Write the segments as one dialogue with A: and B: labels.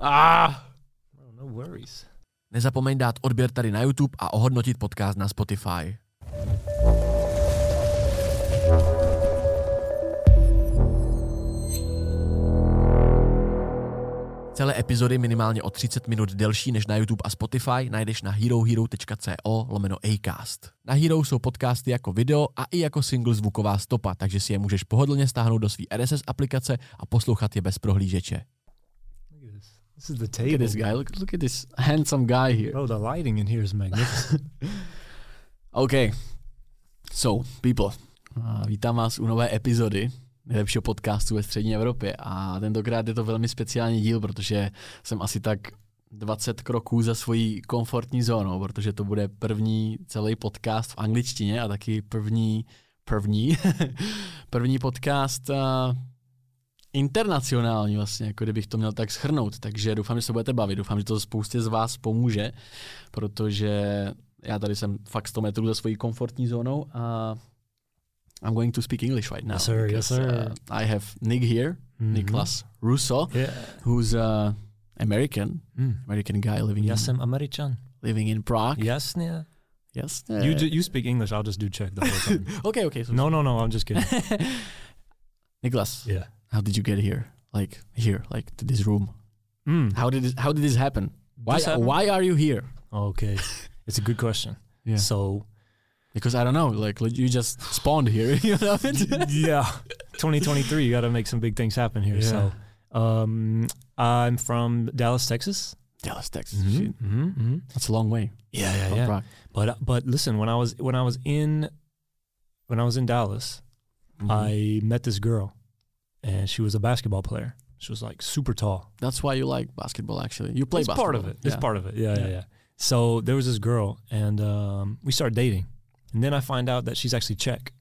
A: ah, no worries.
B: Nezapomeň dát odběr tady na YouTube a ohodnotit podcast na Spotify. Celé epizody minimálně o 30 minut delší než na YouTube a Spotify najdeš na herohero.co lomeno Acast. Na Hero jsou podcasty jako video a i jako single zvuková stopa, takže si je můžeš pohodlně stáhnout do své RSS aplikace a poslouchat je bez prohlížeče.
A: Look at this. This is the
C: Look
A: table.
C: at this guy. Look, look at this handsome guy here.
A: Bro, the lighting in here is magnificent.
C: OK. So, people. A Vítám vás u nové epizody nejlepšího podcastu ve střední Evropě a tentokrát je to velmi speciální díl, protože jsem asi tak 20 kroků za svojí komfortní zónou, protože to bude první celý podcast v angličtině a taky první, první, první podcast a, internacionální vlastně, jako kdybych to měl tak schrnout, takže doufám, že se budete bavit, doufám, že to spoustě z vás pomůže, protože já tady jsem fakt 100 metrů za svojí komfortní zónou a I'm going to speak English right now.
A: Yes, sir, yes,
C: because,
A: sir.
C: Uh, I have Nick here,
A: Mhm.
C: Niklas Russo,
A: yeah.
C: who's uh, American,
A: Mm-hmm. Mm.
C: American guy living
A: Yes,
C: in,
A: I'm American.
C: living in Prague.
A: Yes, yeah.
C: Yes.
A: You
C: uh,
A: do, you speak English. I'll just do Czech the whole time.
C: okay, okay. So
A: no, no, no. I'm just kidding.
C: Niklas,
A: Yeah.
C: how did you get here? Like here, like to this room.
A: Mm.
C: How did this, how did this happen? Why
A: This happened?
C: why are you here?
A: Okay. It's a good question.
C: Yeah.
A: So
C: Because I don't know. Like you just spawned here. You know.
A: yeah, 2023. You got to make some big things happen here.
C: Yeah.
A: So um, I'm from Dallas, Texas.
C: Dallas, Texas. Shit,
A: Mm-hmm. Mm-hmm.
C: That's a long way.
A: Yeah, yeah,
C: from
A: yeah.
C: Prague.
A: But uh, but listen, when I was when I was in when I was in Dallas, Mm-hmm.
C: Mhm.
A: I met this girl, and she was a basketball player. She was like super tall.
C: That's why you like basketball. Actually, you play
A: it's
C: basketball.
A: part of it. It's
C: Yeah.
A: part of it. Yeah, yeah,
C: Yeah.
A: yeah. So there was this girl, and um, we started dating, and then I find out that she's actually Czech,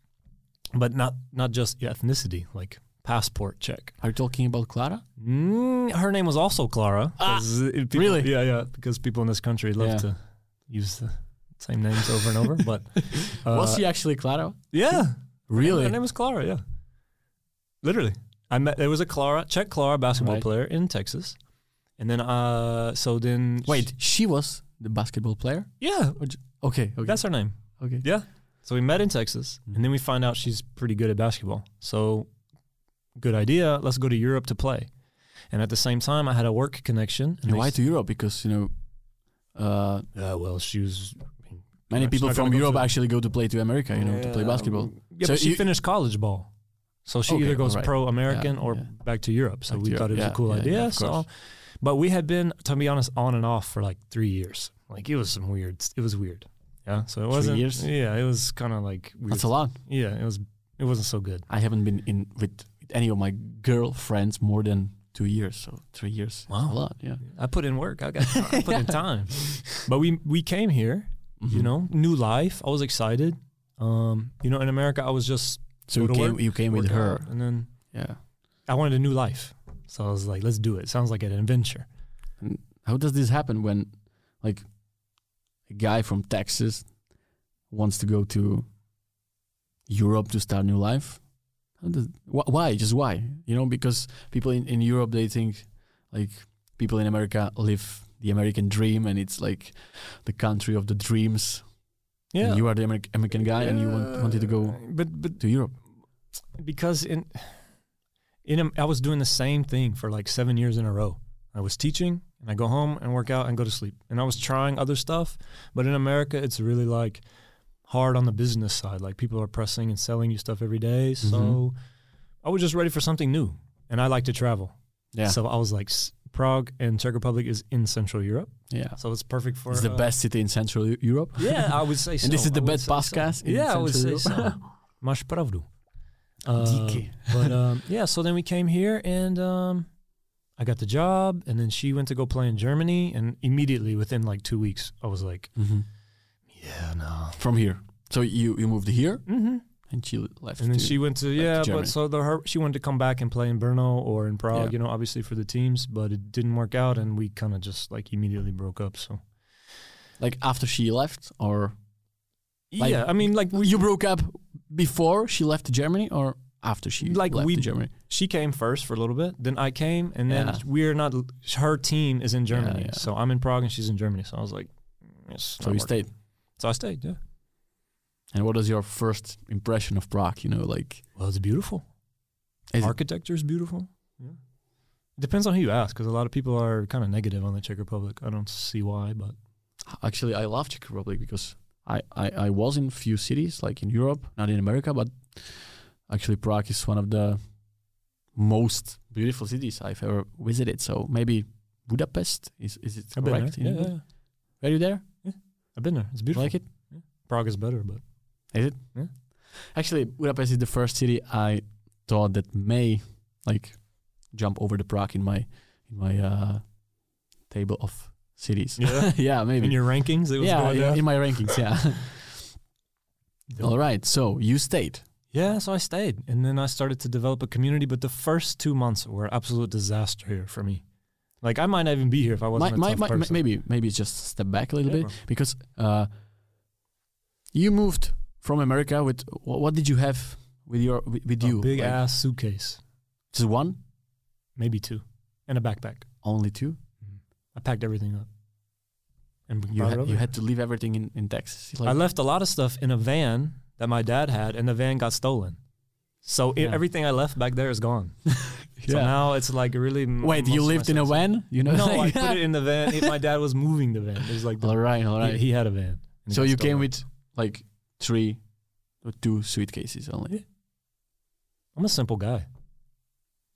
A: but not not just ethnicity, like passport Czech.
C: Are you talking about Clara?
A: Mm, her name was also Clara. 'cause it- people-
C: Ah! really?
A: Yeah, yeah. Because people in this country love
C: Yeah.
A: to use the same names over and over. But uh,
C: Was she actually Clara?
A: Yeah,
C: Really?
A: Her name was Clara. Yeah, literally. I met there was a Clara, Czech Clara basketball
C: Right.
A: player in Texas, and then uh, so then she-
C: Wait, she was the basketball player.
A: yeah,
C: Okay. Okay.
A: that's her name.
C: okay.
A: Yeah. So we met in Texas, and then we find out she's pretty good at basketball. So, good idea. Let's go to Europe to play. And at the same time, I had a work connection. And
C: And
A: they
C: why
A: s-
C: to Europe? Because you know, uh,
A: Yeah, well, she was.
C: many
A: She's
C: people
A: not
C: from
A: gonna go
C: Europe
A: to-
C: actually go to play to America. You know, to play basketball.
A: Yeah,
C: So
A: but she
C: you-
A: finished college ball. So she
C: Okay,
A: either goes
C: alright.
A: pro American
C: Yeah,
A: or
C: yeah.
A: back to Europe. So
C: Back
A: we
C: to
A: thought it
C: Europe.
A: was a cool
C: Yeah, yeah,
A: idea.
C: yeah, of
A: so,
C: course.
A: but we had been, to be honest, on and off for like three years. Like it was some weird. It was weird. Yeah. So it wasn't.
C: years?
A: Yeah, it was kind of like weird.
C: That's a lot.
A: Yeah, it was. It wasn't so good.
C: I haven't been in with, with any of my girlfriends more than two years, so three years.
A: Wow.
C: a lot. Yeah.
A: I put in work. I got. I put in time. But we we came here. You
C: Mhm.
A: know, new life. I was excited. Um, you know, in America, I was just
C: So
A: go
C: you
A: to
C: came,
A: work,
C: you came with
A: work
C: her.
A: out, and then
C: Yeah.
A: I wanted a new life. So I was like, let's do it. Sounds like an adventure.
C: How does this happen when, like, a guy from Texas wants to go to Europe to start new life? How does, wh- why? Just why? You know, because people in, in Europe they think like people in America live the American dream, and it's like the country of the dreams.
A: Yeah.
C: And you are the Ameri- American guy, and you want, wanted to go
A: But but
C: to Europe.
A: because in in Am- I was doing the same thing for like seven years in a row. I was teaching and I go home and work out and go to sleep. And I was trying other stuff, but in America it's really like hard on the business side. Like people are pressing and selling you stuff every day. So
C: Mhm.
A: I was just ready for something new. And I like to travel.
C: Yeah.
A: So I was like "S- Prague and Czech Republic is in Central Europe.
C: Yeah.
A: So it's perfect for
C: It's the
A: uh,
C: best city in Central Eu- Europe.
A: Yeah, I would say so.
C: And this is the
A: I would
C: best
A: say so.
C: podcast in
A: Yeah, I would say
C: Central
A: so. Máš pravdu. Uh,
C: Díky.
A: but um, yeah, so then we came here and um, I got the job, and then she went to go play in Germany, and immediately within like two weeks, I was like,
C: Mhm.
A: yeah, no.
C: From here. So you you moved here
A: Mm-hmm.
C: and she left.
A: And then
C: to-
A: she went to
C: to
A: yeah,
C: Germany.
A: but so the her, she wanted to come back and play in Brno or in Prague,
C: Yeah.
A: you know, obviously for the teams, but it didn't work out, and we kind of just like immediately broke up. So
C: like after she left, or Like-
A: yeah, I mean, like
C: you broke up before she left Germany, or after she
A: Like,
C: left
A: we-
C: Germany.
A: She came first for a little bit, then I came, and then
C: Yeah.
A: we're not. Her team is in
C: Yeah,
A: Germany,
C: yeah.
A: so I'm in Prague and she's in Germany. So I was like, it's
C: So
A: not
C: you
A: working.
C: stayed.
A: So I stayed. Yeah.
C: And what is your first impression of Prague? You know, like
A: Well, it's beautiful.
C: Is it?
A: Architecture is beautiful. Yeah. It depends on who you ask, because a lot of people are kind of negative on the Czech Republic. I don't see why, but
C: actually, I love Czech Republic because I, I I was in few cities like in Europe, not in America, but actually Prague is one of the most beautiful cities I've ever visited. So maybe Budapest is is it
A: I've been
C: correct?
A: there.
C: in
A: Yeah,
C: English?
A: yeah, yeah.
C: Were you there?
A: I've been there. It's beautiful.
C: Like it?
A: Prague is better, but
C: Actually, Budapest is the first city I thought that may like jump over the Prague in my in my uh, table of cities.
A: yeah.
C: yeah, maybe.
A: in your rankings, it was
C: yeah,
A: going
C: in-
A: down.
C: in my rankings. Yeah.
A: Yeah.
C: All right. So you stayed.
A: Yeah, so I stayed. And then I started to develop a community, but the first two months were absolute disaster here for me. Like I might not even be here if I
C: My,
A: wasn't a
C: my,
A: tough
C: my,
A: person.
C: maybe maybe just step back a little
A: Yeah,
C: bit because uh, you moved from America with what, what did you have with your with, with
A: bro. A
C: you?
A: big
C: Like,
A: ass suitcase,
C: Just one?
A: maybe two, and a backpack.
C: Only two?
A: I packed everything up. And
C: You
A: brought it
C: had,
A: over.
C: you had to leave everything in in Texas.
A: I left a lot of stuff in a van that my dad had, and the van got stolen. So i
C: Yeah.
A: everything I left back there is gone. So
C: Yeah.
A: now it's like really. m-
C: Wait,
A: most
C: you
A: of my
C: lived in a
A: stuff's-
C: van? You know?
A: No, I put it in the van. It- my dad was moving the van. It was like the,
C: all right, Oh, all
A: he,
C: right.
A: he had a van. and it
C: so
A: got
C: you
A: stolen.
C: came with like three or two suitcases only.
A: I'm a simple guy.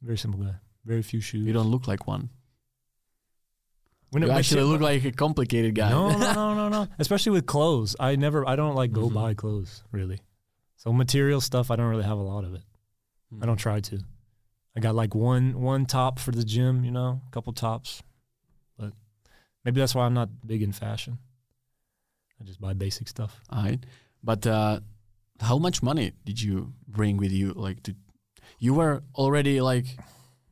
A: Very simple guy. Very few shoes.
C: You don't look like one.
A: When it-
C: you
A: when
C: actually
A: shit-
C: look like a complicated guy.
A: No, no, no, no, no. Especially with clothes. I never. I don't like go
C: Mhm.
A: buy clothes really. So material stuff, I don't really have a lot of it. I don't try to. I got like one one top for the gym, you know, a couple tops. But maybe that's why I'm not big in fashion. I just buy basic stuff.
C: All right. But uh, how much money did you bring with you? Like, to, you were already like,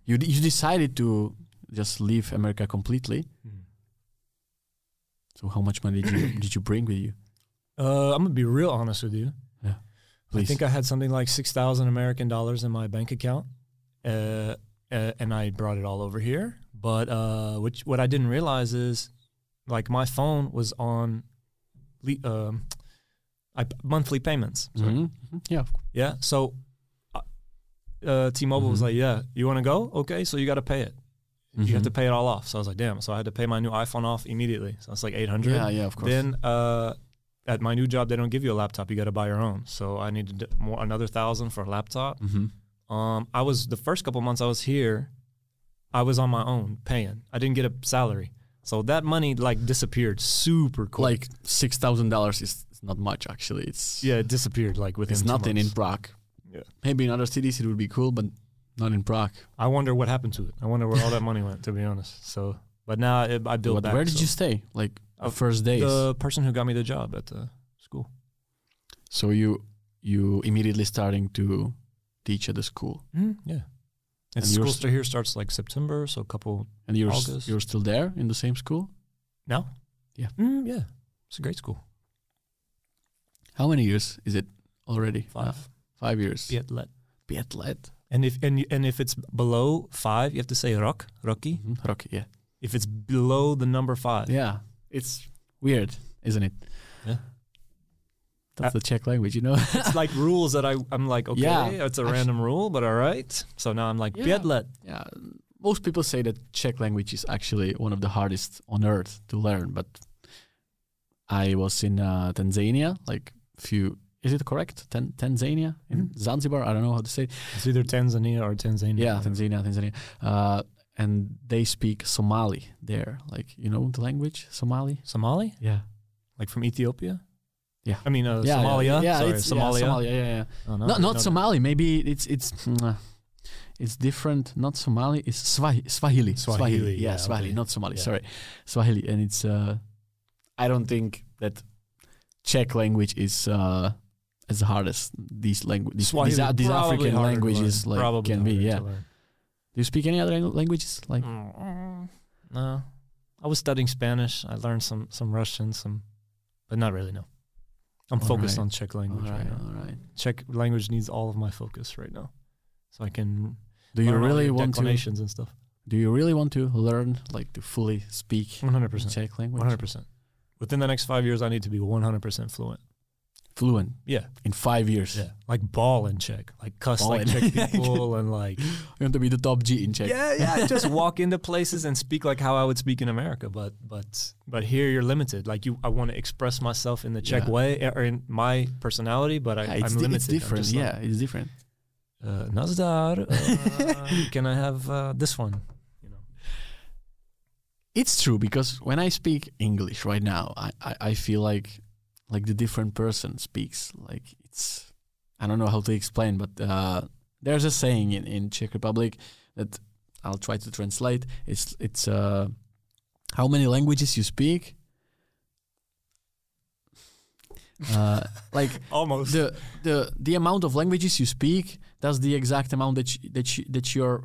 C: you d- you decided to just leave America completely. So how much money did you did you bring with you?
A: Uh, I'm gonna be real honest with you. I
C: Please.
A: think I had something like six thousand American dollars in my bank account, uh, uh, and I brought it all over here. But uh, which what I didn't realize is, like my phone was on, le- um, I, monthly payments. So
C: Mhm. Mhm. Yeah.
A: Yeah. So uh, uh, T-Mobile was
C: Mhm.
A: like, "Yeah, you want to go? Okay, so you got to pay it. You
C: Mm-hmm.
A: have to pay it all off." So I was like, "Damn!" So I had to pay my new iPhone off immediately. So it's like eight hundred.
C: Yeah, yeah, of course.
A: Then uh, at my new job, they don't give you a laptop; you got to buy your own. So I needed d- more another thousand for a laptop.
C: hmm
A: Um, I was the first couple months I was here, I was on my own paying. I didn't get a salary, so that money like disappeared super quick.
C: Like six thousand dollars is is not much actually. It's
A: yeah, it disappeared like within.
C: it's
A: two
C: nothing in
A: months.
C: Prague.
A: Yeah.
C: Maybe in other cities it would be cool, but not in Prague.
A: I wonder what happened to it. I wonder where all that money went, to be honest. So, but now it, I built
C: But
A: back.
C: where did
A: so-
C: you stay? Like the
A: Uh,
C: first days.
A: The person who got me the job at the school.
C: so you you immediately starting to teach at the school,
A: Mm, Yeah. And,
C: And
A: school
C: yours-
A: st- here starts like September, so a couple.
C: and you're s-
A: August.
C: you're still there in the same school.
A: No.
C: Yeah.
A: Mm, yeah. It's a great school.
C: How many years is it already?
A: Five.
C: Uh, five years.
A: Pietlet.
C: Piatlet.
A: And if and you- and if it's below five, you have to say rock, rocky.
C: Mhm. Rocky. Yeah.
A: If it's below the number five,
C: Yeah. It's weird, isn't it?
A: Yeah.
C: That's
A: Uh,
C: the Czech language, you know.
A: it's like rules that I I'm like okay,
C: Yeah.
A: it's a
C: Actu-
A: random rule, but all right. So now I'm like
C: Yeah.
A: Pietlet.
C: Yeah, most people say that Czech language is actually one of the hardest on earth to learn. But I was in uh, Tanzania, like few. Is it correct? Tan- Tanzania in
A: Mhm.
C: Zanzibar. I don't know how to say. It.
A: It's either Tanzania or Tanzania.
C: Yeah, Tanzania, Tanzania. Uh, and they speak Somali there, like you know the language Somali.
A: Somali,
C: Yeah.
A: like from Ethiopia.
C: Yeah.
A: I mean uh,
C: yeah,
A: Somalia.
C: Yeah, yeah,
A: Sorry,
C: it's- yeah,
A: Somalia.
C: Somalia. Yeah, yeah.
A: Oh, no,
C: No,
A: no,
C: not
A: no.
C: Somali. Maybe it's it's mm, it's different. Not Somali. It's Swahi- Swahili.
A: Swahili,
C: Yeah,
A: yeah,
C: Swahili.
A: okay.
C: Not Somali.
A: Yeah.
C: Sorry, Swahili. And it's. Uh, I don't think that Czech language is uh, as the hardest. These language. These,
A: Swahili
C: these, a- these
A: probably
C: African
A: harder to
C: languages
A: learn.
C: like
A: Probably
C: can be.
A: harder to
C: Yeah. Do
A: learn.
C: you speak any other lang- languages? Like
A: Mm, No, I was studying Spanish. I learned some some Russian, some, but not really. No, I'm
C: All
A: focused
C: right.
A: on Czech
C: all
A: language right,
C: right,
A: now.
C: all right.
A: Czech language needs all of my focus right now. so I can
C: Do you
A: learn all
C: really
A: your
C: want to?
A: declinations and stuff.
C: Do you really want to learn like to fully speak
A: One hundred percent.
C: Czech language?
A: One Mm-hmm. hundred percent. Within the next five years, I need to be one hundred percent fluent.
C: Fluent
A: Yeah,
C: in five years.
A: yeah. Like ball in Czech, like cuss
C: Ball
A: like
C: in-
A: Czech people, and like
C: You want to be the top G in Czech.
A: yeah, yeah. Just walk into places and speak like how I would speak in America, but but but here you're limited. Like you, I want to express myself in the Czech
C: Yeah.
A: way or in my personality, but I,
C: Yeah,
A: I'm
C: it's, di-
A: limited.
C: it's
A: I'm
C: different.
A: just like,
C: yeah, it's different.
A: uh, Nazdar, uh, can I have uh, this one? You know,
C: It's true because when I speak English right now, I, I, I feel like like the different person speaks. Like it's I don't know how to explain, but uh, there's a saying in, in Czech Republic that I'll try to translate. It's it's uh, how many languages you speak. Uh, like
A: almost.
C: the the the amount of languages you speak that's the exact amount that you, that you, that your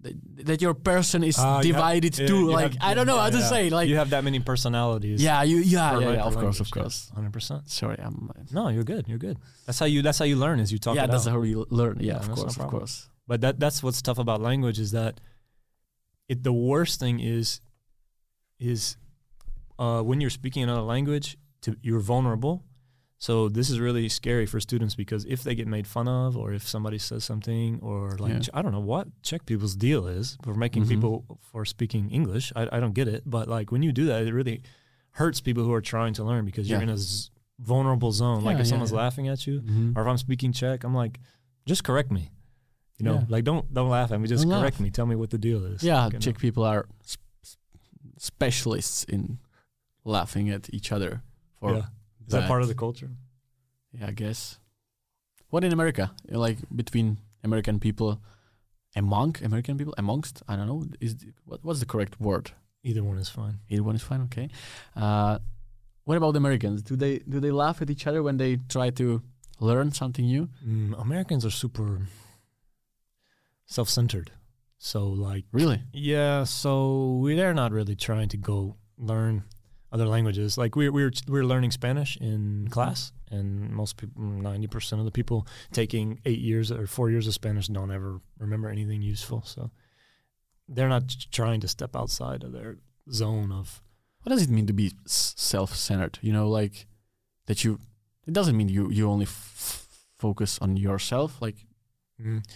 C: that- that your person is
A: Ah, you have-
C: divided
A: yeah,
C: to
A: you
C: like
A: have-
C: I don't know
A: yeah,
C: how to
A: yeah.
C: say like
A: you have that many personalities.
C: yeah you yeah
A: per
C: yeah, yeah,
A: language,
C: of course of
A: yeah.
C: course
A: hundred percent.
C: sorry I'm
A: No, you're good. You're good. That's how you. That's how you learn. Is you talk.
C: yeah
A: it
C: that's
A: out.
C: how you learn yeah,
A: Yeah,
C: of
A: that's no
C: course of
A: problem.
C: course
A: But that that's what's tough about language is that it the worst thing is is uh, when you're speaking another language, to, you're vulnerable. So this is really scary for students because if they get made fun of, or if somebody says something, or like
C: Yeah.
A: Ch- I don't know what Czech people's deal is for making
C: Mhm.
A: people for speaking English. I, I don't get it, but like when you do that, it really hurts people who are trying to learn because you're
C: Yeah.
A: in a z- vulnerable zone. like
C: Yeah,
A: if
C: yeah,
A: someone's
C: yeah.
A: laughing at you,
C: Mhm.
A: or if I'm speaking Czech, I'm like, just correct me. You know,
C: Yeah.
A: like don't don't laugh at me. Just
C: Don't laugh.
A: correct me. Tell me what the deal is.
C: yeah
A: Like, you know.
C: Czech people are s- s- specialists in laughing at each other for
A: Yeah. Is that part of the culture?
C: Yeah, I guess. What in America? Like between American people, among American people, amongst? I don't know. Is th- what what's the correct word?
A: Either one is fine.
C: Either one is fine. Okay. Uh, what about Americans? Do they do they laugh at each other when they try to learn something new?
A: Mm, Americans are super self-centered. So like,
C: Really?
A: yeah. So we they're not really trying to go learn other languages. Like we we were we were learning Spanish in class, and most people, ninety percent of the people taking eight years or four years of Spanish don't ever remember anything useful. So they're not trying to step outside of their zone of
C: What does it mean to be s- self-centered? You know, like that you. It doesn't mean you you only f- focus on yourself. Like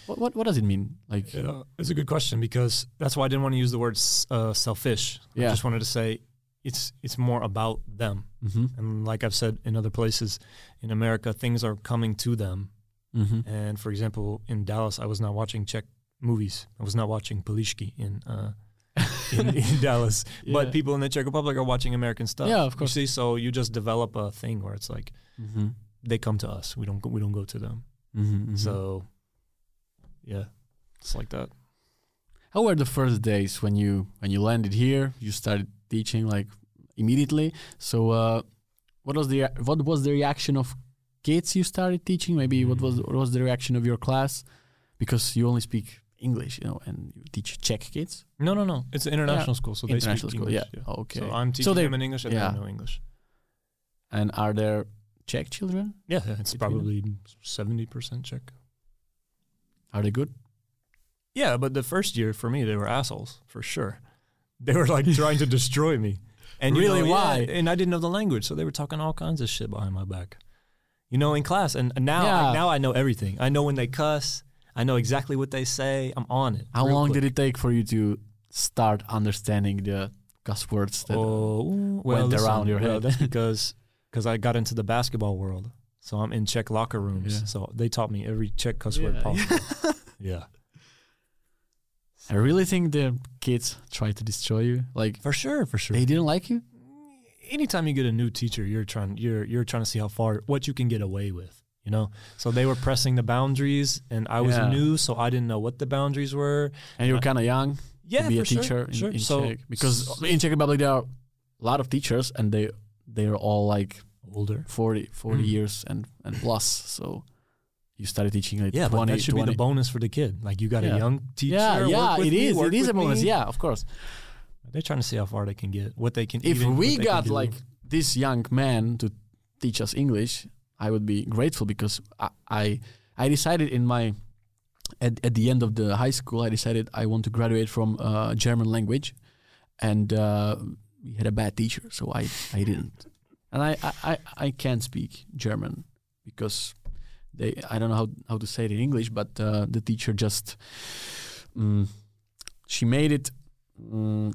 C: what what what does it mean? Like
A: Yeah, uh, it's a good question because that's why I didn't want to use the word s- uh, selfish. I
C: Yeah.
A: just wanted to say it's it's more about them.
C: mm-hmm.
A: And like I've said in other places in America, things are coming to them.
C: Mm-hmm.
A: And for example, in Dallas, I was not watching Czech movies. I was not watching Polishki in uh, in, in Dallas. But people in the Czech Republic are watching American stuff.
C: Yeah, of
A: You
C: course.
A: see, so you just develop a thing where it's like
C: Mm-hmm.
A: they come to us. We don't go, we don't go to them.
C: Mm-hmm.
A: So yeah, it's like that.
C: How were the first days when you when you landed here? You started teaching like immediately. So uh, what was the what was the reaction of kids you started teaching? Maybe
A: Mm.
C: what was what was the reaction of your class? Because you only speak English, you know, and you teach Czech kids.
A: No, no, no. It's an international school, so they
C: International
A: speak
C: school,
A: English.
C: yeah. Okay.
A: So I'm teaching
C: they-
A: them in English, and
C: yeah.
A: they know English.
C: And are there Czech children?
A: Yeah, yeah, it's
C: Between them?
A: probably seventy percent Czech.
C: Are they good?
A: Yeah, but the first year for me, they were assholes for sure. They were like trying to destroy me. And you
C: Really?
A: know, yeah,
C: Why?
A: and I didn't know the language, so they were talking all kinds of shit behind my back. You know, in class, and and now
C: Yeah.
A: I, now I know everything. I know when they cuss. I know exactly what they say. I'm on it.
C: How long did it take for you to start understanding the cuss words? That,
A: oh,
C: went around your
A: well,
C: head?
A: that's because because I got into the basketball world, so I'm in Czech locker rooms.
C: Yeah.
A: So they taught me every Czech cuss
C: Yeah.
A: word possible. yeah,
C: I really think the kids tried to destroy you. Like
A: for sure, for sure.
C: they didn't like you.
A: Anytime you get a new teacher, you're trying you're you're trying to see how far what you can get away with. You know, so they were pressing the boundaries, and I was
C: Yeah.
A: new, so I didn't know what the boundaries were.
C: and you're kind of young
A: Yeah,
C: to be
A: for
C: a teacher in,
A: sure.
C: in
A: so
C: Czech because in Czech Republic there are a lot of teachers and they they're all like
A: older.
C: 40 40
A: Mm.
C: years and and plus so you started teaching like
A: Yeah,
C: 20
A: but that should be
C: 20
A: the bonus for the kid. Like you got
C: Yeah.
A: a young teacher.
C: yeah
A: work
C: yeah
A: with
C: it
A: me,
C: is
A: work
C: it is a
A: with
C: bonus
A: me.
C: yeah of course
A: They're trying to see how far they can get, what they can.
C: if
A: even, what
C: we
A: they can
C: got
A: do.
C: like this young man to teach us English I would be grateful because I I, I decided in my at, at the end of the high school, I decided I want to graduate from uh, German language, and uh, we had a bad teacher, so I, I didn't, and I, I, I, I can't speak German because they I don't know how, how to say it in English, but uh, the teacher just mm, she made it mm,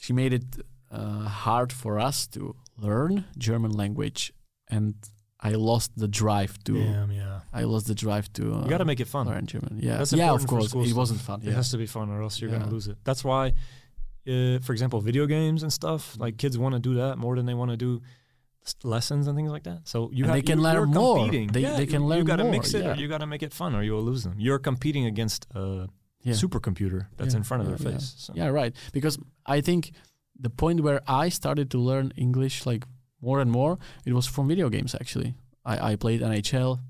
C: she made it uh, hard for us to learn German language, and I lost the drive to
A: Damn, yeah.
C: I lost the drive to. Uh,
A: You got to make it fun.
C: learn German. Yeah,
A: That's
C: yeah, of
A: important for
C: course.
A: school
C: It
A: stuff.
C: wasn't fun.
A: It
C: Yeah.
A: has to be fun, or else you're
C: Yeah.
A: gonna lose it. That's why, uh, for example, video games and
C: Mm-hmm.
A: stuff. Like kids want to do that more than they want to do s- lessons and things like that. So you
C: And
A: have,
C: they can
A: you,
C: learn
A: you're
C: more.
A: Competing.
C: They-
A: yeah,
C: they can
A: you,
C: learn
A: You gotta
C: more,
A: mix it,
C: yeah.
A: or you got to make it fun, or you will lose them. You're competing against a
C: Yeah.
A: supercomputer that's
C: Yeah,
A: in front of
C: yeah,
A: their
C: yeah.
A: face. So.
C: Yeah, right. Because I think the point where I started to learn English like more and more, it was from video games actually. I, I played NHL,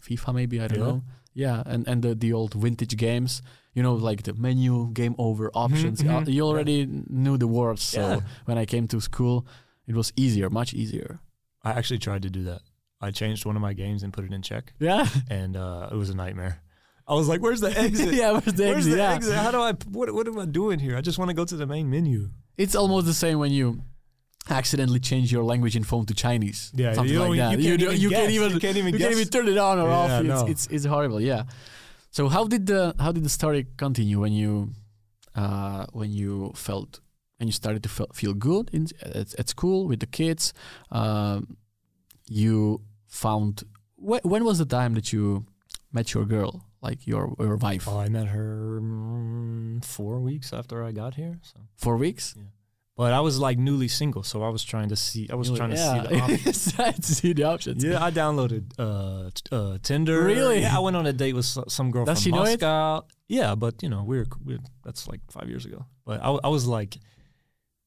C: FIFA maybe, I don't
A: Really?
C: know. Yeah, and, and the, the old vintage games, you know, like the menu, game over, options. Uh,
A: mhm.
C: you already knew the words. So
A: Yeah.
C: when I came to school, it was easier, much easier.
A: I actually tried to do that. I changed one of my games and put it in Czech,
C: Yeah.
A: and uh, it was a nightmare. I was like, "Where's the exit?
C: yeah, where's the
A: Where's
C: exit?
A: the
C: yeah.
A: exit? How do I? What, what am I doing here? I just want to go to the main menu."
C: It's almost the same when you accidentally change your language in phone to Chinese.
A: Yeah,
C: something
A: you
C: like
A: don't-
C: that.
A: you can't
C: don't-
A: even
C: you
A: guess.
C: can't even
A: You can't even
C: you
A: guess.
C: can't even turn it on or off.
A: Yeah,
C: It's,
A: no.
C: it's it's horrible. Yeah. So how did the how did the story continue when you uh, when you felt and you started to feel, feel good in at, at school with the kids? Um, you found wh- when was the time that you met your girl, like your your wife?
A: Oh, I met her mm, four weeks after I got here. So,
C: Four weeks.
A: but I was like newly single, so I was trying to see. I was trying to see the. Op-
C: see the options. see the options.
A: yeah, I downloaded uh, t- uh, Tinder.
C: Really?
A: Yeah, I went on a date with so- some girl
C: Does
A: from
C: she know it?
A: Moscow. Yeah, but you know, we were, we that's like five years ago. But I, wa- I was like,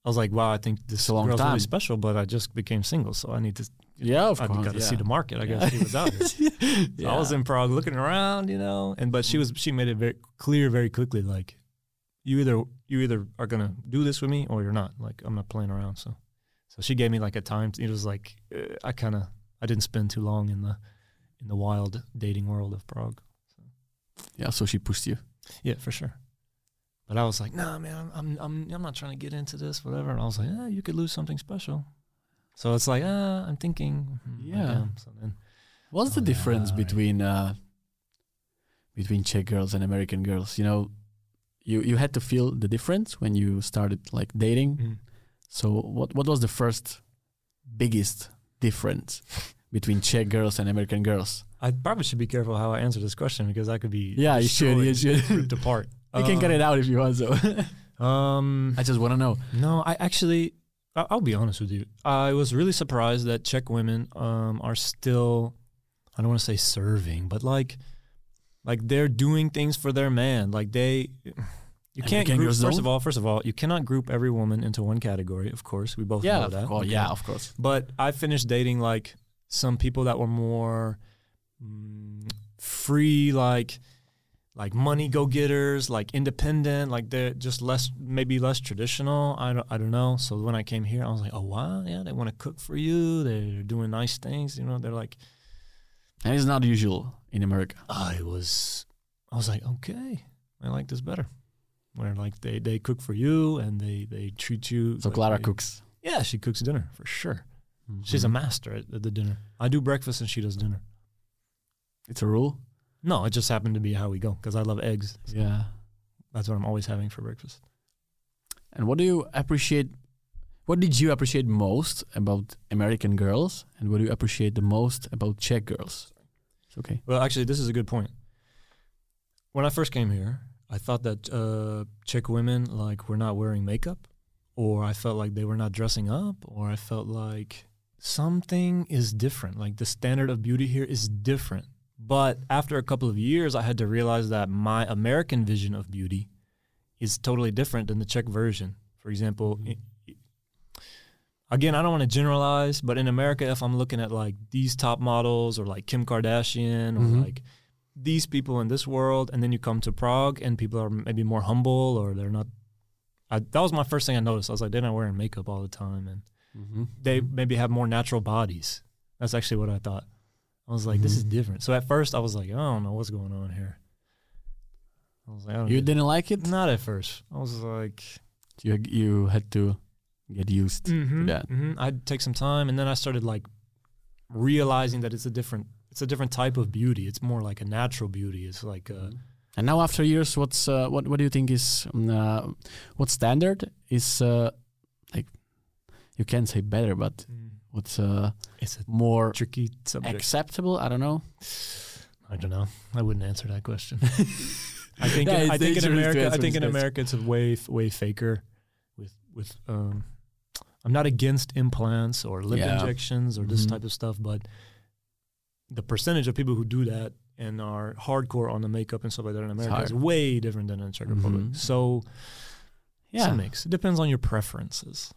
A: I was like, wow, I think this
C: It's a long
A: girl's
C: time.
A: really special. But I just became single, so I need to.
C: Yeah, of
A: I
C: course.
A: got to
C: yeah.
A: see the market. I
C: Yeah.
A: got to see what's out here. So I was
C: Yeah.
A: in Prague looking around, you know, and but she was she made it very clear very quickly, like you either you either are gonna do this with me or you're not. Like I'm not playing around. So so she gave me like a time. It was like uh, I kind of I didn't spend too long in the in the wild dating world of Prague.
C: Yeah, so she pushed you.
A: Yeah, for sure. But I was like, nah, man, I'm I'm I'm not trying to get into this, whatever. And I was like, yeah, you could lose something special. So it's like, ah, I'm thinking, mhm, I
C: Yeah.
A: am. So then
C: What's the
A: Oh, yeah,
C: difference
A: right.
C: between uh, between Czech girls and American girls? You know, you you had to feel the difference when you started like dating. So what what was the first biggest difference between Czech girls and American girls?
A: I probably should be careful how I answer this question because I could be
C: Yeah, you should. You
A: destroyed,
C: should.
A: ripped apart.
C: You can cut it out if you want. So
A: out. Um,
C: I just want to know.
A: no, I actually, I- I'll be honest with you. I was really surprised that Czech women um, are still, I don't want to say serving, but like, like they're doing things for their man. Like they, you can't
C: American
A: group.
C: girls
A: First
C: don't?
A: of all, first of all, you cannot group every woman into one category. Of course, we both
C: Yeah,
A: know
C: of
A: that.
C: course. Yeah, of course.
A: But I finished dating like some people that were more mm, free, like like money go getters, like independent, like they're just less maybe less traditional. I don't I don't know. So when I came here, I was like, oh wow, yeah, they want to cook for you. They're doing nice things. You know, they're like
C: And it's not usual in America.
A: I was I was like, okay, I like this better. Where like they they cook for you and they they treat you.
C: So
A: like
C: Clara
A: they-
C: cooks. Mm-hmm.
A: Yeah, she cooks dinner for sure. She's a master at, at the dinner. Mm-hmm. I do breakfast and she does dinner.
C: It's a rule.
A: No, it just happened to be how we go because I love eggs.
C: Yeah.
A: That's what I'm always having for breakfast.
C: And what do you appreciate? What did you appreciate most about American girls, and what do you appreciate the most about Czech girls? It's okay.
A: Well, actually, this is a good point. When I first came here, I thought that uh, Czech women like were not wearing makeup, or I felt like they were not dressing up, or I felt like something is different. Like the standard of beauty here is different. But after a couple of years, I had to realize that my American vision of beauty is totally different than the Czech version. For example, i- i- again, I don't want to generalize, but in America, if I'm looking at like these top models or like Kim Kardashian or
C: Mhm.
A: like these people in this world, and then you come to Prague and people are maybe more humble or they're not. I, that was my first thing I noticed. I was like, they're not wearing makeup all the time, and they maybe have more natural bodies.
C: Mm-hmm.
A: That's actually what I thought. I was like, this is different. So at first, I was like, I don't know what's going on here. I was like, I don't
C: You
A: get
C: didn't like it?
A: it. Not at first. I was like,
C: You you had to get used.
A: Mhm,
C: that.
A: mhm. I'd take some time, and then I started like realizing that it's a different, it's a different type of beauty. It's more like a natural beauty. It's like, uh,
C: And now after years, what's uh, what what do you think is um, uh, what standard is uh, like? You can say better, but what's uh,
A: it's a
C: more
A: tricky subject.
C: acceptable? I don't know.
A: I don't know. I wouldn't answer that question. I think
C: Yeah, it's
A: I think
C: dangerous
A: in
C: to
A: America,
C: answer
A: I think
C: these
A: in
C: guys.
A: America, it's a way f- way faker. With with um, I'm not against implants or lip
C: Yeah.
A: injections or this
C: Mhm.
A: type of stuff, but the percentage of people who do that and are hardcore on the makeup and stuff like that in America
C: higher.
A: is way different than in Czech Republic.
C: Mhm.
A: So yeah, it's a
C: Yeah.
A: mix. It depends on your preferences.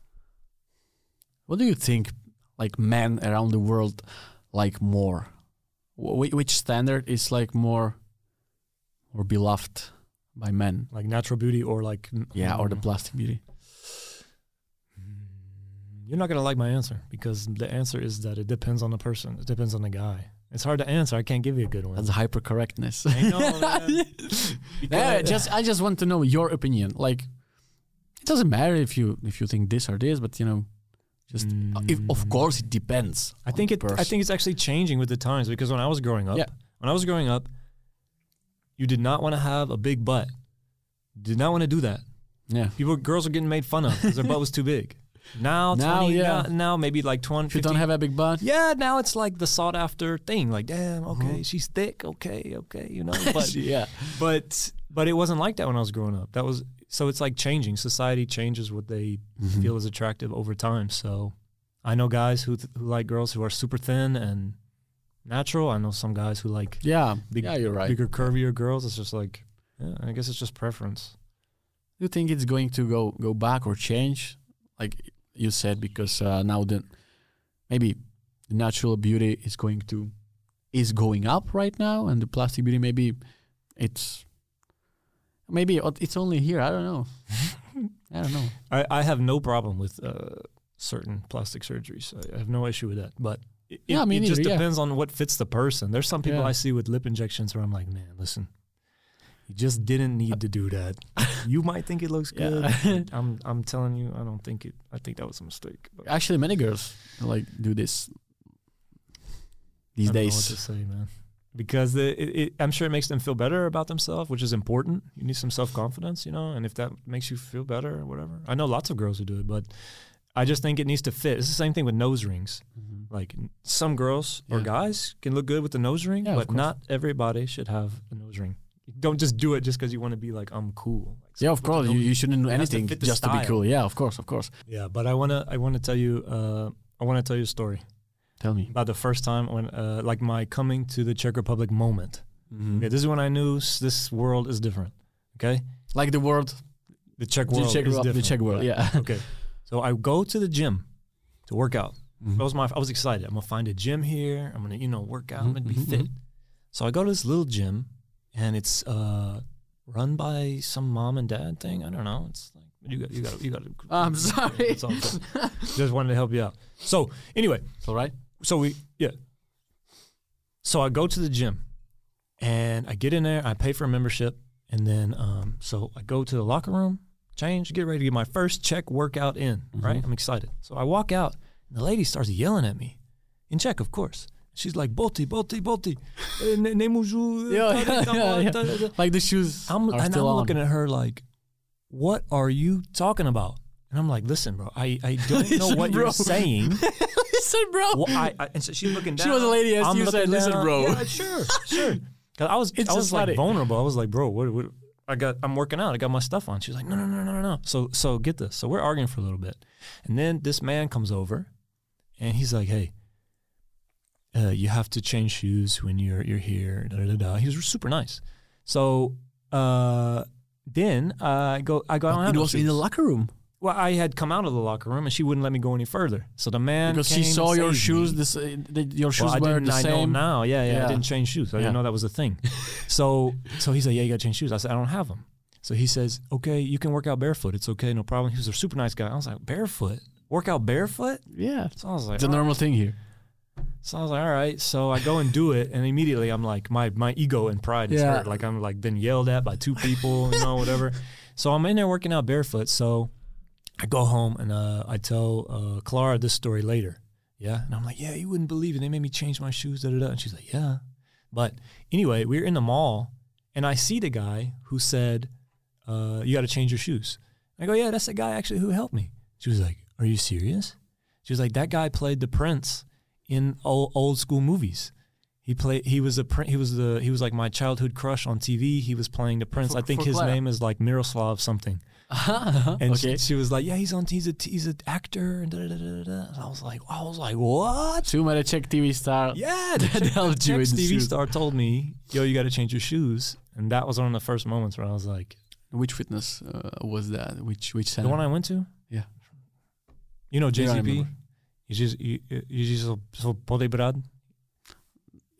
C: What do you think? Like men around the world like more. Wh- which standard is like more or beloved by men?
A: Like natural beauty or like mm,
C: Yeah, or the
A: mm,
C: plastic beauty.
A: You're not gonna like my answer because the answer is that it depends on the person. It depends on the guy. It's hard to answer. I can't give you a good one.
C: That's hyper correctness.
A: I know, man.
C: yeah, just I just want to know your opinion. Like, it doesn't matter if you if you think this or this, but you know, just uh, if, of
A: Mm.
C: course it depends.
A: I
C: on
A: think
C: the
A: it. I
C: person.
A: think it's actually changing with the times because when I was growing up,
C: Yeah.
A: when I was growing up, you did not want to have a big butt. Did not want to do that.
C: yeah.
A: People, girls were getting made fun of because their butt was too big. Now,
C: Now,
A: 20,
C: yeah.
A: now, now maybe like 20,
C: If you don't
A: 15
C: have a big butt,
A: yeah, now it's like the sought after thing. Like, damn, okay, she's thick, okay, okay, you know. But
C: yeah,
A: but but it wasn't like that when I was growing up. That was so it's like changing. Society changes what they feel is attractive over time. So I know guys who th- who like girls who are super thin and natural. I know some guys who like
C: yeah,
A: Big-
C: yeah, you're right.
A: bigger, curvier girls. It's just like yeah, I guess it's just preference.
C: Do you think it's going to go go back or change? Like you said, because uh, now the maybe the natural beauty is going to is going up right now, and the plastic beauty maybe it's maybe o- it's only here. I don't know. I don't know.
A: I, I have no problem with uh, certain plastic surgeries. I, I have no issue with that. But it,
C: Yeah,
A: it-
C: me
A: it just
C: neither, yeah.
A: depends on what fits the person. There's some people
C: Yeah.
A: I see with lip injections where I'm like, man, listen, you just didn't need to do that. You might think it looks
C: Yeah.
A: good. but I'm I'm telling you, I don't think it. I think that was a mistake. But I
C: Actually, many girls like do this these
A: don't know what to
C: days.
A: say, man. Because the, it, it, I'm sure it makes them feel better about themselves, which is important. You need some self confidence, you know. And if that makes you feel better, or whatever. I know lots of girls who do it, but I just think it needs to fit. It's the same thing with nose rings.
C: Mm-hmm.
A: like n- some girls or
C: Yeah.
A: guys can look good with a nose ring,
C: Yeah, of
A: but
C: course.
A: not everybody should have a nose ring. Don't just do it just because you want to be like I'm cool. Like,
C: Yeah, of
A: put the
C: course. You,
A: nose-
C: you shouldn't do
A: it has to
C: anything
A: fit the
C: just to be
A: style.
C: cool. Yeah, of course, of course.
A: Yeah, but I wanna I wanna tell you uh, I wanna tell you a story
C: Tell me.
A: about the first time when uh, like my coming to the Czech Republic moment.
C: Mm-hmm.
A: Okay, this is when I knew s- this world is different. Okay,
C: Like the world,
A: the Czech
C: the
A: world
C: Czech
A: is
C: world, the
A: different.
C: Czech world. Yeah.
A: okay, so I go to the gym to work out.
C: Mm-hmm.
A: That was my. I was excited. I'm gonna find a gym here. I'm gonna you know work out. I'm gonna be
C: Mhm,
A: fit.
C: mhm.
A: So I go to this little gym, and it's uh run by some mom and dad thing. I don't know. It's like you got you got you got.
C: I'm sorry.
A: It's all good. Just wanted to help you out. So anyway,
C: It's all right.
A: so we yeah. So I go to the gym, and I get in there. I pay for a membership, and then um so I go to the locker room, change, get ready to get my first check workout in. Right,
C: Mhm.
A: I'm excited. So I walk out, and the lady starts yelling at me, in Czech, of course. She's like, "Bolti, bolti, bolti, eh, ne- nemůžu, eh,
C: Yeah,
A: tady,
C: yeah,
A: tam,
C: yeah,
A: eh,
C: yeah.
A: tady, tady."
C: Like the shoes
A: I'm
C: are
A: and I'm
C: still on.
A: looking at her like, what are you talking about? And I'm like, listen, bro, I, I don't know
C: Listen,
A: what
C: bro."
A: you're saying.
C: listen, bro.
A: Well, I, I, and so she's looking down.
C: She was a lady, as
A: I'm
C: you
A: looking
C: said, listen,
A: down.
C: bro.
A: Yeah, sure, sure. 'Cause I was,
C: It's
A: I
C: just
A: was
C: funny.
A: like vulnerable. I was like, bro, what, what? I got, I'm working out. I got my stuff on. She's like, no, no, no, no, no, no. So, so get this. So we're arguing for a little bit, and then this man comes over, and he's like, hey. Uh, you have to change shoes when you're you're here. Da, da, da, da. He was super nice. So uh, then uh, I go I go. I don't have
C: it
A: no
C: was in
A: shoes.
C: the locker room
A: well, I had come out of the locker room and she wouldn't let me go any further. So the man
C: because she
A: came
C: saw
A: and
C: your
A: saved
C: shoes.
A: me.
C: This, uh, the, your shoes
A: Well, I
C: were
A: didn't.
C: the
A: I know
C: same.
A: now. Yeah, yeah,
C: Yeah.
A: I didn't change shoes. I
C: Yeah.
A: didn't know that was a thing. so, so he's like, "Yeah, you got to change shoes." I said, "I don't have them." So he says, "Okay, you can work out barefoot. It's okay, no problem." He was a super nice guy. I was like, "Barefoot? Work out barefoot?"
C: Yeah,
A: So I was like,
C: it's a
A: "Oh."
C: normal thing here.
A: So I was like, all right. So I go and do it, and immediately I'm like, my my ego and pride is
C: Yeah.
A: hurt. Like I'm like been yelled at by two people, you know, whatever. So I'm in there working out barefoot. So I go home and uh, I tell uh, Clara this story later. Yeah, and I'm like, yeah, you wouldn't believe it. They made me change my shoes. Da da da. And she's like, yeah. But anyway, we were in the mall, and I see the guy who said, uh, "You got to change your shoes." I go, "Yeah, that's the guy actually who helped me." She was like, "Are you serious?" She was like, "That guy played the prince in old, old school movies. He played. He was a prin- He was the. He was like my childhood crush on TV. He was playing the prince.
C: For-
A: I think
C: for
A: his
C: Clara.
A: name is like Miroslav something."
C: Aha,
A: And
C: okay.
A: she, she was like, "Yeah, he's on. He's a. He's an actor." And, da, da, da, da, da. and I was like, "I was like, what?"
C: Sumereček TV star.
A: Yeah, the
C: That helped you in
A: Next
C: the
A: TV
C: shoes.
A: star told me, "Yo, you got to change your shoes," and that was one of the first moments where I was like,
C: Which fitness uh, was that? Which which center?
A: "The one I went to,
C: Yeah.
A: you know
C: Yeah, I
A: JCP,
C: remember.
A: you just you uh, you just so Brad,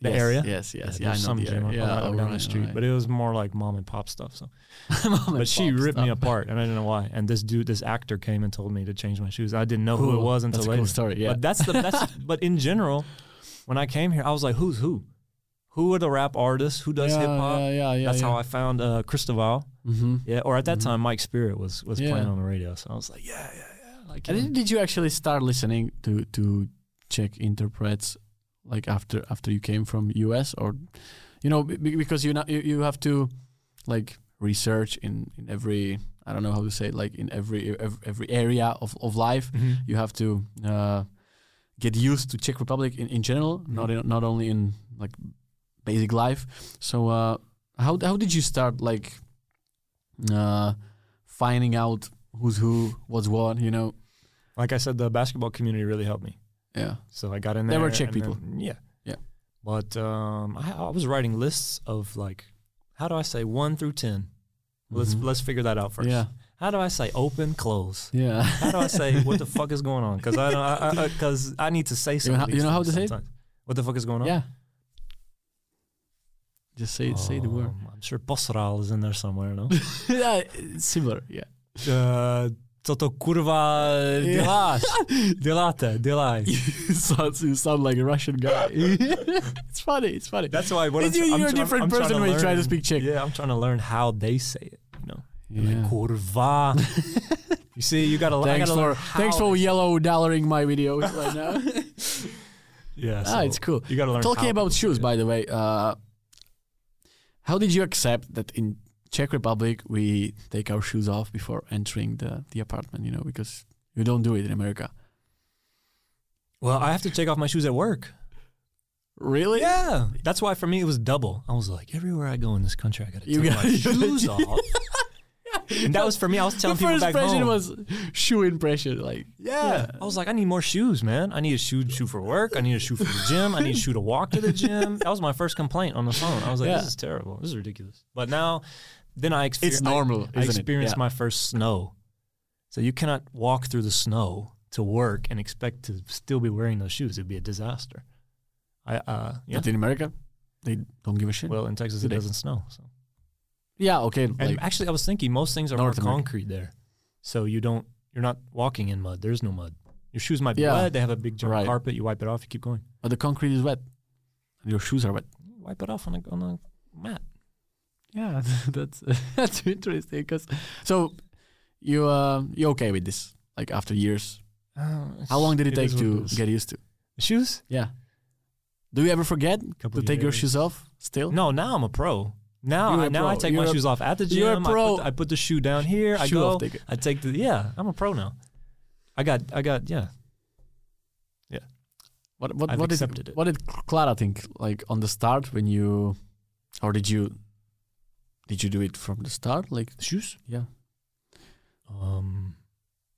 A: the
C: Yes,
A: area?
C: Yes, yes, yeah.
A: there's
C: I know
A: some
C: the
A: gym
C: area.
A: on-
C: Yeah,
A: on-
C: all
A: down
C: right,
A: the street,
C: all
A: but
C: right.
A: it was more like mom and pop stuff. So,
C: Mom and
A: but she
C: pop
A: ripped me
C: stuff.
A: apart, and I didn't know why. And this dude, this actor, came and told me to change my shoes. I didn't know who it
C: Cool.
A: was until
C: That's a
A: later.
C: cool story. Yeah.
A: But that's the that's but in general, when I came here, I was like, who's who? Who are the rap artists? Who does
C: yeah,
A: hip hop?
C: Yeah, yeah, yeah.
A: that's
C: yeah.
A: how I found uh Christoval.
C: Mm-hmm.
A: Yeah, or at that
C: Mhm.
A: time Mike Spirit was was
C: Yeah.
A: playing on the radio. So I was like, yeah, yeah, yeah. Like
C: And
A: him.
C: then did you actually start listening to to Czech interprets like after after you came from US or you know be- be- because you not, you, you have to like research in in every I don't know how to say it, like in every ev- every area of of life
A: Mhm.
C: you have to uh, get used to Czech Republic in, in general not in, not only in like basic life so uh how how did you start like uh finding out who's who what's what you know
A: Like I said, the basketball community really helped me.
C: Yeah.
A: So I got in
C: They
A: there.
C: were Czech
A: and
C: people.
A: then- yeah.
C: Yeah.
A: But um, I, I was writing lists of like, how do I say one through 10 let Let's
C: Mhm.
A: let's figure that out first.
C: Yeah.
A: How do I say open, close?
C: Yeah.
A: How do I say what the fuck is going on? Because I don't. Because I, need to say
C: know
A: something.
C: how- you know how to say it?
A: What the fuck is going on?
C: Yeah. Just say say the word.
A: Um, I'm sure posral is in there somewhere. No.
C: yeah, it's similar. Yeah.
A: uh, co to kurva děláš? Děláte, dělaj.
C: you, sound, you sound like a Russian guy. it's funny. It's funny.
A: That's why. What
C: It's
A: I'm-
C: you-
A: I'm
C: you're a
A: try-
C: different
A: I'm trying
C: person
A: to
C: when you try to
A: learn-
C: speak Czech.
A: Yeah, I'm trying to learn how they say it. You know, Like,
C: Yeah.
A: kurva. you see, you gotta. I
C: Thanks
A: gotta
C: for
A: learn how
C: thanks for
A: they-
C: yellow dollaring my video right now.
A: Yeah,
C: ah, it's cool.
A: You gotta learn.
C: Talking
A: how
C: about
A: people
C: shoes,
A: say it.
C: by the way, uh, how did you accept that in Czech Republic we take our shoes off before entering the, the apartment? You know, because you don't do it in America.
A: Well, I have to take off my shoes at work.
C: Really?
A: Yeah, that's why for me it was double. I was like, everywhere I go in this country, I gotta
C: You
A: take my
C: gotta-
A: shoes off. And that was for me. I was telling
C: the
A: people
C: first
A: back
C: impression
A: home.
C: was shoe impression. Like,
A: Yeah. I was like, I need more shoes, man. I need a shoe shoe for work. I need a shoe for the gym. I need a shoe to walk to the gym. That was my first complaint on the phone. I was like,
C: Yeah.
A: this is terrible. This is ridiculous. But now, then I
C: it's
A: experienced
C: normal.
A: I,
C: isn't
A: experienced
C: it?
A: my first snow. So you cannot walk through the snow to work and expect to still be wearing those shoes. It'd be a disaster. I uh yeah.
C: But in America, they don't give a shit.
A: Well, in Texas it
C: Today.
A: doesn't snow. So.
C: yeah, okay.
A: And
C: Like,
A: actually, I was thinking most things are
C: North
A: more
C: America.
A: concrete there, so you don't you're not walking in mud. There's no mud. Your shoes might be
C: Yeah.
A: wet. They have a big giant
C: Right.
A: carpet. You wipe it off. You keep going.
C: but the concrete is wet. And your shoes are wet.
A: wipe it off on a, on a mat.
C: Yeah, that's that's interesting. Because so you uh, you okay with this? Like after years,
A: Uh,
C: how long did it, take to get used to?
A: shoes?
C: Yeah. Do you ever forget
A: Couple
C: to take your
A: years.
C: shoes off? Still?
A: No, now I'm a pro. Now,
C: You're
A: I,
C: a
A: now I
C: pro.
A: take my
C: You're a-
A: shoes off at the gym.
C: you're a
A: I,
C: pro.
A: put the, I put the shoe down here. I
C: Shoe
A: go.
C: off taker.
A: I take the yeah. I'm a pro now. I got I got yeah.
C: What what
A: I've
C: what did
A: accepted it.
C: what did Clara think like on the start when you, or did you, did you do it from the start? Like
A: shoes.
C: yeah,
A: Um,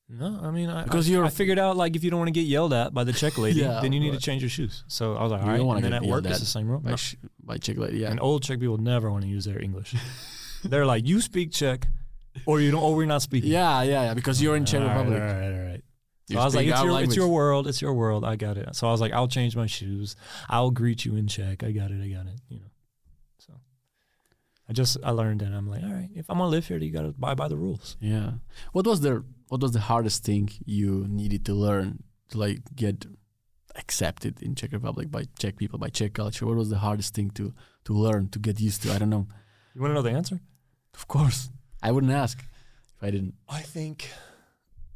A: no, I mean I
C: Because
A: I,
C: you're-
A: I figured out like if you don't want to get yelled at by the check lady,
C: Yeah,
A: then you need
C: right.
A: to change your shoes. So I was like,
C: You
A: all right.
C: don't wanna
A: and then
C: get
A: at
C: yelled
A: work it's
C: at
A: the same rule.
C: by,
A: No.
C: sh- by Czech lady. Yeah,
A: And old Czech people never want to use their English. They're like, you speak Czech, or you don't, or we're not speaking.
C: yeah, yeah, yeah. Because you're in Czech
A: All right,
C: Republic.
A: all right, all right.
C: You
A: So I was like,
C: speak
A: it's
C: our
A: your, it's
C: language.
A: your world, it's your world. I got it. So I was like, I'll change my shoes. I'll greet you in Czech. I got it. I got it. You know. So I just I learned and I'm like, all right, if I'm gonna live here, you gotta abide by the rules.
C: Yeah. What was the what was the hardest thing you needed to learn to like get accepted in Czech Republic by Czech people, by Czech culture? What was the hardest thing to to learn, to get used to? I don't know.
A: You want to know the answer?
C: Of course, I wouldn't ask if I didn't.
A: I think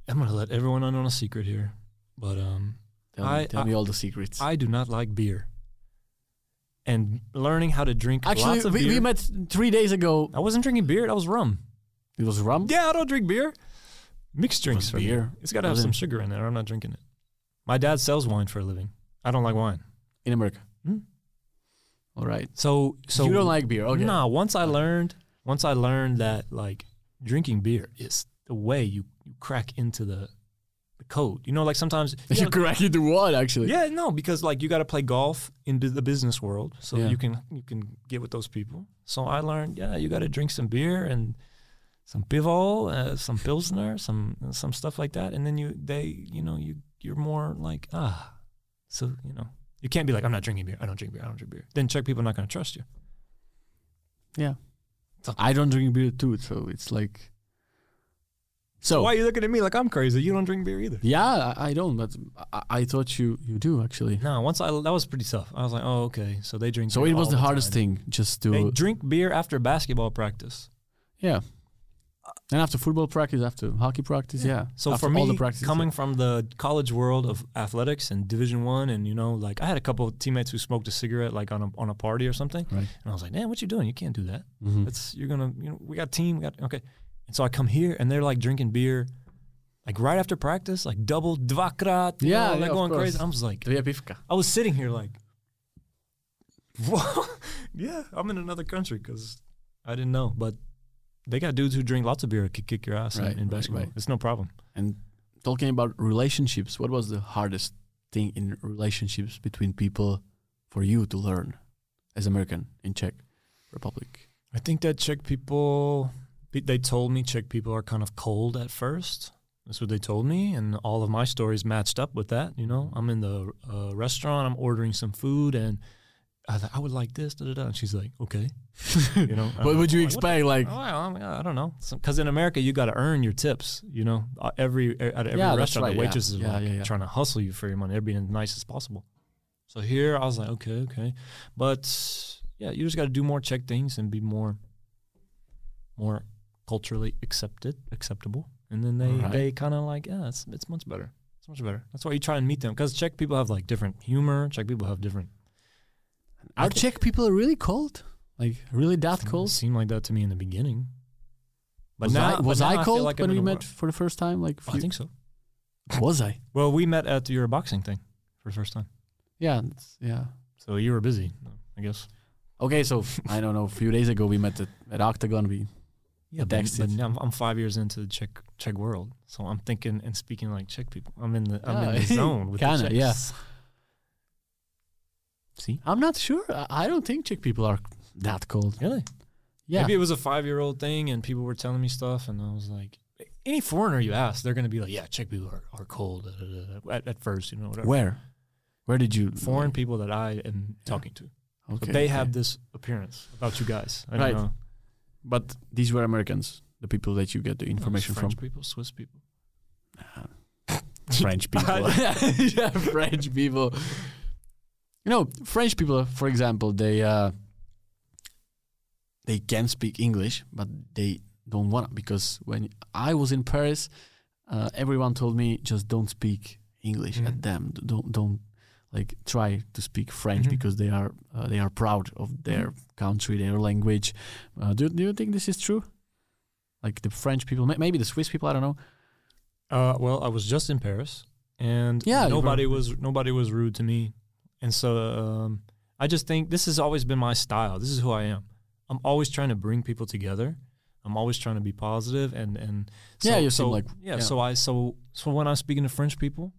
A: I'm going to let everyone in on a secret here, but um,
C: Tell, me,
A: I-
C: tell
A: I-
C: me all the secrets.
A: I do not like beer. And learning how to drink lots
C: Actually,
A: of
C: we,
A: beer.
C: we met three days ago.
A: I wasn't drinking beer. That was rum.
C: It was rum.
A: Yeah, I don't drink beer. Mixed drinks for me.
C: beer.
A: It's got to have
C: Was it-
A: some sugar in it, or I'm not drinking it. My dad sells wine for a living. I don't like wine.
C: in America.
A: Hmm.
C: All right.
A: So, so
C: you don't like beer. Okay.
A: Nah, once I
C: Okay.
A: learned, once I learned that like drinking beer is the way you, you crack into the the code. You know, like sometimes
C: You crack into what actually?
A: Yeah, no, because like you got to play golf in bu- the business world, so
C: Yeah.
A: you can you can get with those people. So I learned, yeah, you got to drink some beer and some pivot, uh, some pilsner, some some stuff like that, and then you they you know you you're more like ah, so you know you can't be like I'm not drinking beer, I don't drink beer, I don't drink beer. Then Czech people are not going to trust you.
C: I don't drink beer too, so it's like. So
A: Why are you looking at me like I'm crazy? You don't drink beer either.
C: Oh. yeah, I I don't, but I, I thought you you do actually.
A: No, once I that was pretty tough. I was like, oh okay, so they drink.
C: So
A: beer
C: it was
A: all
C: the hardest
A: time.
C: thing, just to
A: They drink beer after basketball practice.
C: yeah. And after football practice, after hockey practice, yeah.
A: So
C: After
A: for
C: all
A: me,
C: the practices,
A: coming from the college world of athletics and Division One, and you know, like I had a couple of teammates who smoked a cigarette like on a on a party or something,
C: Right.
A: and I was like, "Man, what you doing? You can't do that.
C: Mhm.
A: That's you're gonna, you know, we got team, we got okay." And so I come here, and they're like drinking beer, like right after practice, like double dvakrat, you
C: Yeah,
A: know,
C: yeah,
A: like
C: of
A: going
C: course.
A: crazy. I was like,
C: Dvě pivka.
A: I was sitting here like, "Whoa, yeah, I'm in another country because I didn't know, but they got dudes who drink lots of beer could kick your ass in-
C: Right,
A: in,
C: right,
A: basketball.
C: right.
A: It's no problem.
C: And talking about relationships, what was the hardest thing in relationships between people for you to learn as American in Czech Republic?
A: I think that Czech people, pe- they told me Czech people are kind of cold at first. That's what they told me, and all of my stories matched up with that. You know, I'm in the uh, restaurant, I'm ordering some food, and I, was like, I would like this, da da da. And she's like, okay, you know.
C: What would you
A: I'm like, Uh, "What the-
C: expect? Like,
A: Oh, I don't- I don't know, because in America you got to earn your tips. You know, Uh, every at every
C: Yeah, that's
A: restaurant,
C: right,
A: the
C: yeah.
A: waitress is
C: Yeah,
A: like
C: yeah, yeah.
A: trying to hustle you for your money. They're being as nice as possible. So here I was like, okay, okay, but yeah, you just got to do more check things and be more, more culturally accepted, acceptable, and then they
C: Alright.
A: they kind of like yeah, it's it's much better. It's much better. That's why you try and meet them because Czech people have like different humor. Czech people have different. I
C: are
A: thi-
C: Czech people really cold? Like, really that
A: It
C: cold?
A: seemed like that to me in the beginning. But
C: was
A: now
C: I, was
A: but now
C: I
A: feel
C: cold
A: like I'm
C: when
A: in
C: we
A: a
C: met
A: world-
C: for the first time? Like,
A: I
C: few-
A: think so.
C: was I?
A: Well, we met at your boxing thing for the first time.
C: Yeah, it's- yeah.
A: So you were busy, I guess.
C: Okay, so I don't know. A few days ago, we met at, at Octagon. We
A: Yeah,
C: but-
A: but,
C: but
A: I'm, I'm five years into the Czech Czech world, so I'm thinking and speaking like Czech people. I'm in the I'm in
C: Yeah.
A: the zone with
C: Kinda,
A: the Czechs.
C: yeah.
A: See,
C: I'm not sure. I, I don't think Czech people are that cold.
A: really?
C: Yeah,
A: Maybe it was a five year old thing, and people were telling me stuff, and I was like, any foreigner you ask, they're gonna be like, yeah, Czech people are, are cold da, da, da, da, at, at first, you know, whatever.
C: where? Where did you
A: Foreign people that I am talking to,
C: Okay,
A: but they
C: okay.
A: have this appearance about you guys. I don't
C: Right.
A: know.
C: But these were Americans, the people that you get the information
A: Oh, French people, Swiss people.
C: from. French people. yeah, French people. You know, French people, for example, they uh, they can speak English, but they don't want to because when I was in Paris, uh, everyone told me just don't speak English
A: Mhm.
C: at them. Don't don't like try to speak French
A: Mhm.
C: because they are uh, they are proud of their country, their language. Uh, do do you think this is true? Like the French people, may- maybe the Swiss people, I don't know.
A: Uh, well, I was just in Paris, and
C: Yeah, you
A: nobody
C: were-
A: was nobody was rude to me, and so um, I just think this has always been my style. This is who I am. I'm always trying to bring people together. I'm always trying to be positive, and and so,
C: Yeah, you seem
A: so,
C: like-
A: yeah,
C: yeah.
A: So I so so when I'm speaking to French people,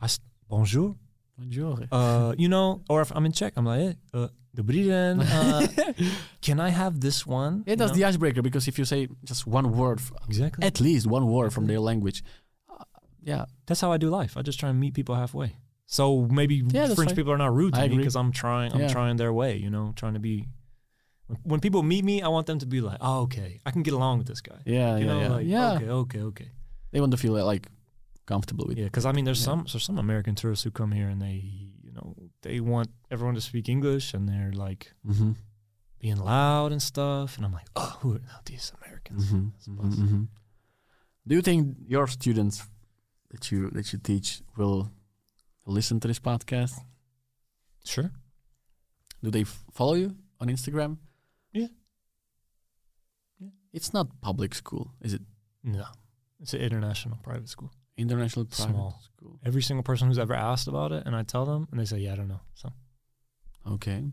A: I s- bonjour, uh, you know, or if I'm in Czech, I'm like, hey, uh, dobrý den, uh, can I have this one?
C: Yeah,
A: You
C: that's
A: know?
C: the icebreaker because if you say just one word, f-
A: exactly.
C: at least one word from their language, uh, yeah,
A: that's how I do life. I just try and meet people halfway. So maybe
C: that's
A: French
C: fine.
A: people are not rude to
C: I
A: me
C: agree.
A: because I'm trying. I'm
C: Yeah.
A: trying their way. You know, trying to be. When people meet me, I want them to be like, "Oh, okay, I can get along with this guy."
C: yeah,
A: You
C: yeah,
A: know,
C: yeah.
A: like,
C: yeah.
A: okay, okay, okay.
C: They want to feel uh, like comfortable with.
A: Yeah, because I mean, there's
C: Yeah.
A: some there's some American tourists who come here and they they want everyone to speak English and they're like
C: Mm-hmm.
A: being loud and stuff. And I'm like, oh, who are now these Americans?
C: Mm-hmm.
A: suppose.
C: Mm-hmm. Do you think your students that you that you teach will listen to this podcast?
A: Sure.
C: Do they f- follow you on Instagram?
A: Yeah.
C: Yeah. It's not public school, is it?
A: No, it's an international private school.
C: International private
A: Small.
C: school.
A: Every single person who's ever asked about it, and I tell them, and they say, yeah, I don't know. So
C: Okay.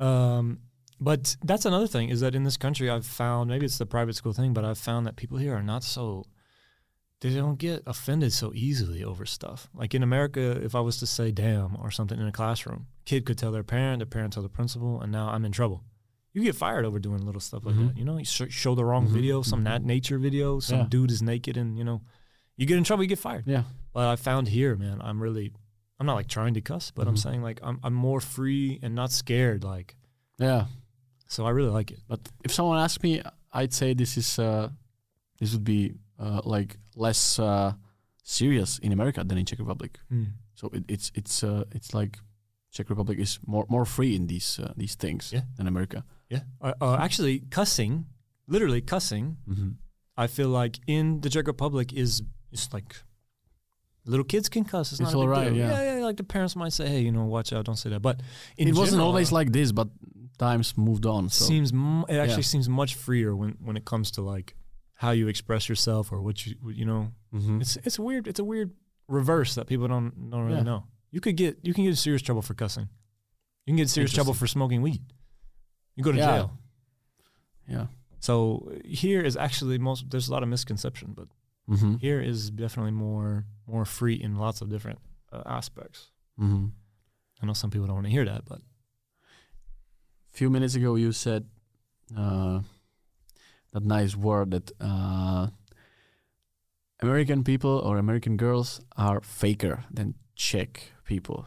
A: Um, but that's another thing is that in this country, I've found maybe it's the private school thing, but I've found that people here are not so they don't get offended so easily over stuff. Like in America, if I was to say "damn" or something in a classroom, kid could tell their parent, the parent tell the principal, and now I'm in trouble. You get fired over doing little stuff like
C: Mhm.
A: that. You know, you sh- show the wrong
C: Mhm,
A: video, some
C: mhm.
A: nat- nature video, some
C: Yeah.
A: dude is naked, and you know, you get in trouble, you get fired.
C: Yeah.
A: But I found here, man, I'm really, I'm not like trying to cuss, but I'm
C: Mhm.
A: saying like I'm, I'm more free and not scared. Like
C: Yeah.
A: so I really like it.
C: But if someone asked me, I'd say this is uh, this would be uh, like less uh, serious in America than in Czech Republic. So it, it's it's uh, it's like Czech Republic is more more free in these uh, these things
A: Yeah.
C: than America.
A: Yeah. Uh, uh, actually, cussing, literally cussing,
C: Mm-hmm.
A: I feel like in the Czech Republic is it's like little kids can cuss. It's,
C: It's
A: not
C: all
A: a big
C: right,
A: deal.
C: yeah.
A: yeah, Like the parents might say, hey, you know, watch out, don't say that. But in
C: It wasn't
A: general, uh,
C: always like this, but times moved on. So
A: seems m- it actually seems much freer when when it comes to like how you express yourself or what you you know.
C: Mhm.
A: It's it's weird. It's a weird reverse that people don't don't really
C: Yeah.
A: know. You could get you can get in serious trouble for cussing. You can get in serious trouble for smoking weed. You go to
C: Yeah.
A: jail.
C: yeah.
A: So here is actually most. There's a lot of misconception, but
C: Mm-hmm.
A: here is definitely more more free in lots of different uh, aspects.
C: Mm-hmm.
A: I know some people don't want to hear that, but
C: few minutes ago you said uh, that nice word that uh, American people or American girls are faker than Czech people,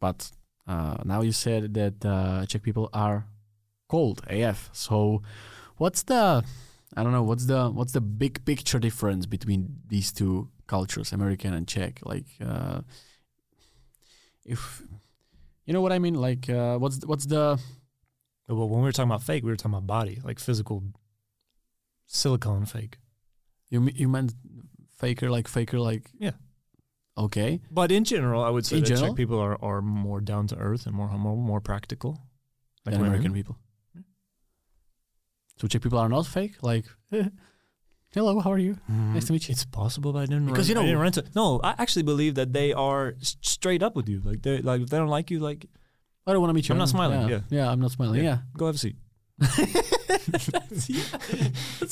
C: but uh, now you said that uh, Czech people are cold AF. So what's the I don't know what's the what's the big picture difference between these two cultures, American and Czech? Like uh, if you know what I mean, like uh, what's what's the
A: but when we were talking about fake, we were talking about body, like physical silicone fake.
C: You me- you meant faker like faker like
A: Yeah.
C: Okay.
A: But in general, I would say
C: In
A: that
C: general?
A: Czech people are, are more down to earth and more more, more practical.
C: Like
A: women.
C: American people. So Czech people are not fake. Like, hello, how are you? Nice to meet you.
A: Mm-hmm. It's possible, but I didn't
C: Because,
A: run-
C: you
A: I
C: know-
A: didn't run to. No, I actually believe that they are s- straight up with you. Like they like if they don't like you, like
C: I don't want to meet you.
A: I'm not smiling,
C: Yeah.
A: yeah.
C: I'm not smiling. Yeah.
A: go have a seat.
C: That's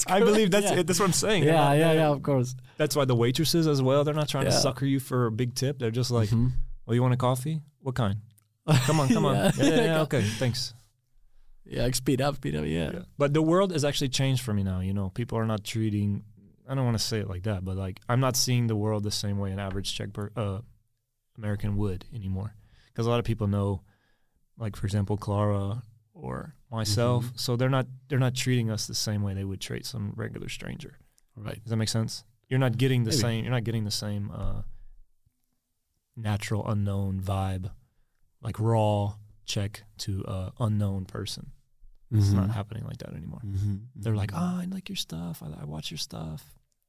A: I believe that's
C: correct,
A: it. That's what I'm saying.
C: Yeah.
A: They're
C: Yeah,
A: not-
C: yeah,
A: they're-
C: yeah, of course.
A: That's why the waitresses as well, they're not trying to
C: Yeah.
A: sucker you for a big tip. They're just like,
C: Mhm.
A: "Oh, you want a coffee? What kind? Come on, come
C: Yeah.
A: on. Yeah, yeah, yeah, okay, thanks."
C: Yeah, like speed up, speed up. Yeah.
A: But the world has actually changed for me now. You know, people are not treating. I don't want to say it like that, but like I'm not seeing the world the same way an average Czech per, uh, American would anymore, because a lot of people know, like for example, Clara or myself,
C: Mhm.
A: so they're not they're not treating us the same way they would treat some regular stranger.
C: Right.
A: Does that make sense? You're not getting the
C: Maybe.
A: same. You're not getting the same uh, natural unknown vibe, like raw check to uh, unknown person. It's
C: Mm-hmm.
A: not happening like that anymore. They're like, oh, I like your stuff. I, I watch your stuff.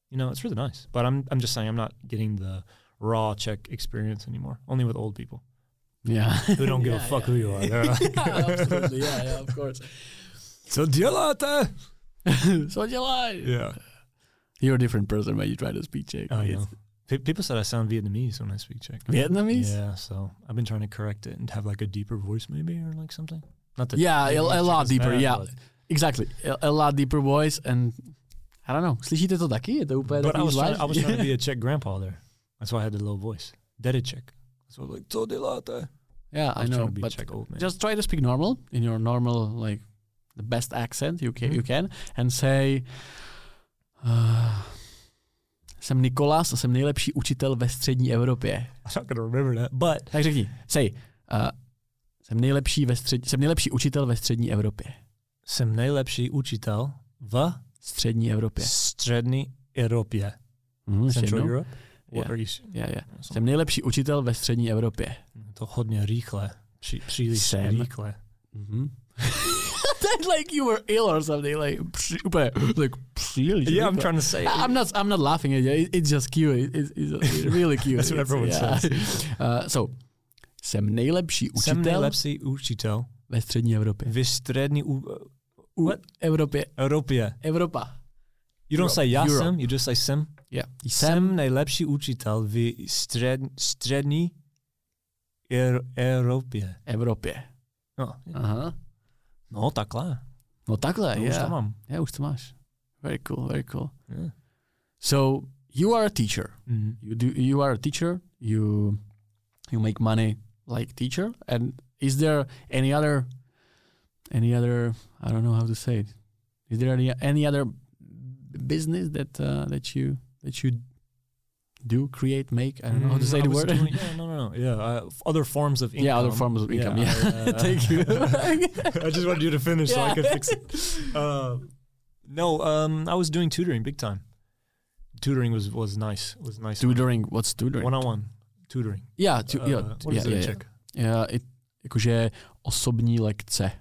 A: You know, it's really nice. But I'm I'm just saying, I'm not getting the raw check experience anymore. Only with old people "Oh."
C: Yeah.
A: who don't give a
C: Yeah,
A: fuck
C: yeah.
A: who you are. They're like,
C: yeah, absolutely. Yeah, yeah, of course.
A: so děláte?
C: so July.
A: Yeah. Oh,
C: You're a different person when you try to speak Czech.
A: I
C: It's-
A: know. Pe- people said I sound Vietnamese when I speak Czech.
C: Vietnamese?
A: Yeah, so I've been trying to correct it and have like a deeper voice, maybe, or like something. Not that
C: Yeah, a,
A: Vietnamese
C: a
A: Czech
C: lot
A: is
C: deeper.
A: bad,
C: yeah,
A: but-
C: exactly. A, a lot deeper voice and I don't know. Slyšíte to taky? Je to úplně
A: But I
C: takový
A: was, trying, I was
C: zvláštní.
A: trying to be a Czech grandpa there. That's why I had a low voice. Dead Czech. So I was like, "Co děláte?"
C: Yeah,
A: I
C: I
A: was trying
C: know.
A: to be a
C: But
A: Czech old man.
C: just try to speak normal in your normal like the best accent you
A: Mm-hmm.
C: can, you can and say uh, jsem Nikolas a jsem nejlepší učitel ve střední Evropě.
A: I'm not gonna remember that. But
C: Tak řekni, say uh, jsem nejlepší ve střed, jsem nejlepší učitel ve střední Evropě.
A: jsem nejlepší učitel v
C: Střední Evropě.
A: střední Evropě.
C: Mhm,
A: Mm-hmm.
C: ještě
A: Central
C: jednou.
A: Europe. What
C: Yeah.
A: are you sh-
C: Je, je.
A: Jsem-
C: Jsem nejlepší učitel ve střední Evropě.
A: To hodně rychle. Při, příliš
C: Jsem.
A: rychle.
C: Mm-hmm. That like you were ill or something like při, úplně like příliš.
A: Yeah, I'm
C: rychle.
A: trying to say.
C: I- I'm not. I'm not laughing at you. It- It's just cute. It- It's, it's really cute.
A: That's what
C: It's-
A: everyone
C: Uh, so, jsem nejlepší učitel
A: Jsem nejlepší učitel
C: ve střední Evropě.
A: v střední u-
C: U
A: What?
C: Evropě.
A: Evropě.
C: Evropa.
A: You don't
C: Europe.
A: say já
C: Europe.
A: jsem, you just say jsem.
C: Yeah.
A: Jsem nejlepší učitel v střed, střední er, Evropě.
C: Evropě.
A: No,
C: Aha.
A: no takhle.
C: No takhle,
A: To
C: no,
A: už to
C: yeah.
A: mám.
C: yeah, už to máš. Very cool, very cool.
A: Yeah.
C: So, you are a teacher.
A: Mhm.
C: You do. You are a teacher. You you make money like teacher. And is there any other any other I don't know how to say it. Is there any any other business that uh, that you that you do create make? I don't know how to
A: Mm,
C: say
A: I
C: the
A: was
C: word.
A: doing- yeah, no, no, no. Yeah, uh, f- other forms of income.
C: Yeah, other forms of income. Yeah,
A: I, uh,
C: thank you.
A: I just wanted you to finish so I could
C: Yeah.
A: fix it. Uh, no, um, I was doing tutoring big time. Tutoring was was nice. Was nice.
C: tutoring, what's tutoring?
A: One on one tutoring.
C: Yeah, tu-
A: Uh,
C: yeah,
A: what
C: yeah,
A: is it in
C: yeah, yeah.
A: Czech?
C: Yeah, it, jakože osobní lekce.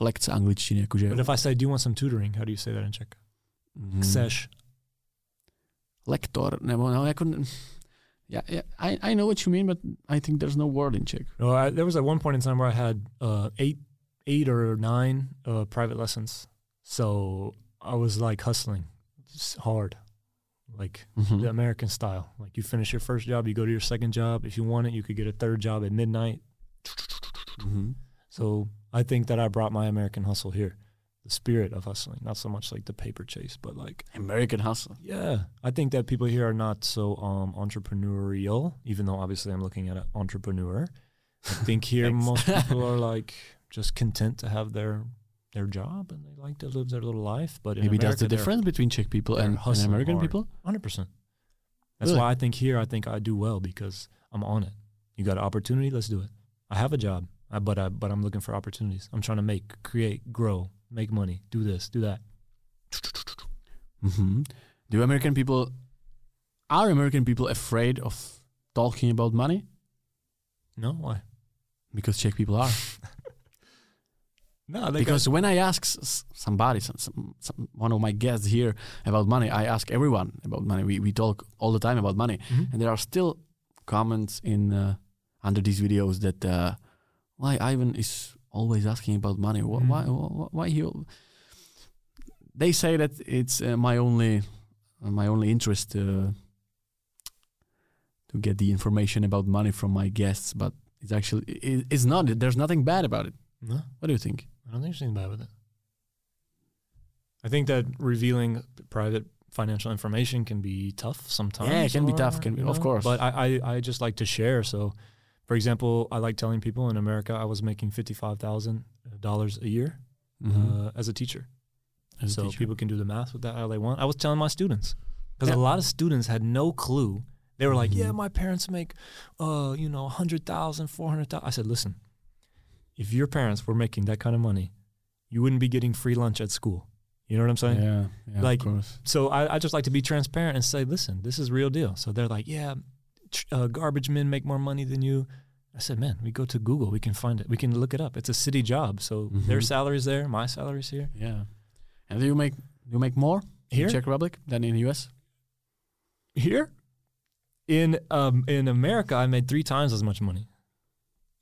C: Lekce angličtiny, jakože...
A: But if I say, "Do you want some tutoring?" How do you say that in Czech?
C: Mm,
A: Chceš.
C: Lektor, nebo no, jako... Yeah, yeah, I, I know what you mean, but I think there's no word in Czech.
A: No, I, there was at one point in time where I had uh, eight, eight or nine uh, private lessons. So I was like hustling s- hard, like
C: Mhm.
A: the American style. Like you finish your first job, you go to your second job. If you want it, you could get a third job at midnight.
C: Mhm.
A: So I think that I brought my American hustle here, the spirit of hustling, not so much like the paper chase, but like
C: American hustle.
A: yeah, I think that people here are not so um, entrepreneurial, even though obviously I'm looking at an entrepreneur. I think here
C: Thanks.
A: most people are like just content to have their their job and they like to live their little life. But in
C: Maybe that's the
A: America, they're
C: difference between Czech people
A: they're
C: and, and
A: hustling
C: American
A: hard.
C: people.
A: 100%. That's
C: Really?
A: why I think here I think I do well because I'm on it. You got an opportunity, let's do it. I have a job, I, but I but I'm looking for opportunities. I'm trying to make, create, grow, make money, do this, do that.
C: Mhm. Do American people... Are American people afraid of talking about money?
A: No, why?
C: Because Czech people are.
A: No,
C: because when I ask s- s- somebody, some, some, some, one of my guests here about money, I ask everyone about money. We, we talk all the time about money, and there are still comments in uh, under these videos that uh, why Ivan is always asking about money. Wh-
A: Mhm.
C: Why why why he? al- They say that it's uh, my only my only interest uh, to get the information about money from my guests, but it's actually it, it's not. There's nothing bad about it.
A: no,
C: What do you think?
A: I don't think there's anything bad with it. I think that revealing private financial information can be tough sometimes.
C: can be tough,
A: or,
C: can be-
A: you
C: of course.
A: But I, I, I just like to share. So, for example, I like telling people in America I was making fifty-five thousand dollars a year
C: Mm-hmm.
A: uh, as a teacher.
C: As a
A: so
C: teacher.
A: people can do the math with that how they want. I was telling my students because
C: Yeah.
A: a lot of students had no clue. They were like, "Yeah,
C: Mhm.
A: my parents make, uh, you know, hundred thousand, four hundred thousand. I said, "Listen, if your parents were making that kind of money, you wouldn't be getting free lunch at school. You know what I'm saying?
C: Yeah, yeah
A: Like-
C: of course.
A: So I, I just like to be transparent and say, "Listen, this is real deal." So they're like, "Yeah, tr- uh, garbage men make more money than you." I said, "Man, we go to Google, we can find it, we can look it up. It's a city job, so their
C: Mhm.
A: salary's there, my salary's here.
C: Yeah. And do you make you make more
A: Here,
C: in Czech Republic than in US?
A: here in um in America I made three times as much money.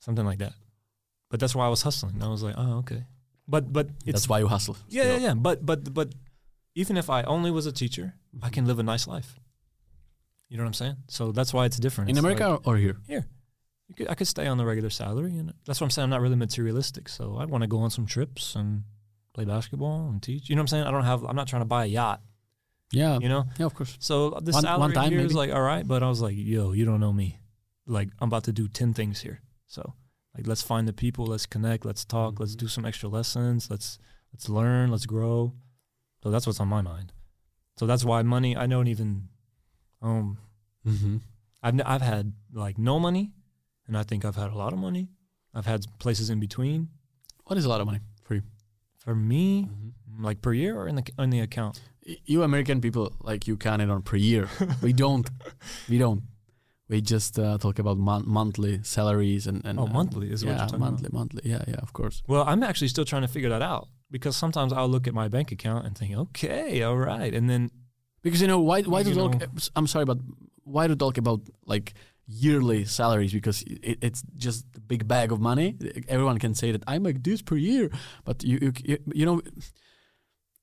A: Something like that. But that's why I was hustling. I was like, oh okay. But but it's
C: That's why you hustle.
A: yeah, yeah, yeah. But but but even if I only was a teacher, I can live a nice life. You know what I'm saying? So that's why it's different.
C: In
A: It's
C: America
A: like,
C: or here?
A: you could, I could stay on the regular salary, and that's what I'm saying. I'm not really materialistic, so I want to go on some trips and play basketball and teach. You know what I'm saying? I don't have. I'm not trying to buy a yacht.
C: Yeah.
A: You know,
C: Yeah, of course.
A: so the
C: One- one
A: salary
C: time,
A: here is
C: maybe?
A: like all right, but I was like, yo, you don't know me. Like I'm about to do ten things here. So like let's find the people, let's connect, let's talk,
C: Mm-hmm.
A: let's do some extra lessons, let's let's learn, let's grow. So that's what's on my mind. So that's why money. I don't even. Um,
C: Mm-hmm.
A: I've n- I've had like no money, and I think I've had a lot of money. I've had places in between.
C: What is a lot of money for you? Mm-hmm.
A: For me, like per year or in the c- in the account.
C: you American people, like you count it on per year. we don't. We don't. We just uh, talk about mon- monthly salaries and, and
A: Oh,
C: and-
A: monthly is what
C: yeah,
A: you're talking about.
C: monthly, monthly. Yeah, yeah, of course.
A: Well, I'm actually still trying to figure that out because sometimes I'll look at my bank account and think, okay, all right, and then
C: Because you know why? Why
A: You
C: to talk?
A: know.
C: I'm sorry, but why to talk about like yearly salaries? Because it, it's just a big bag of money. Everyone can say that I make this per year, but you you c- you know,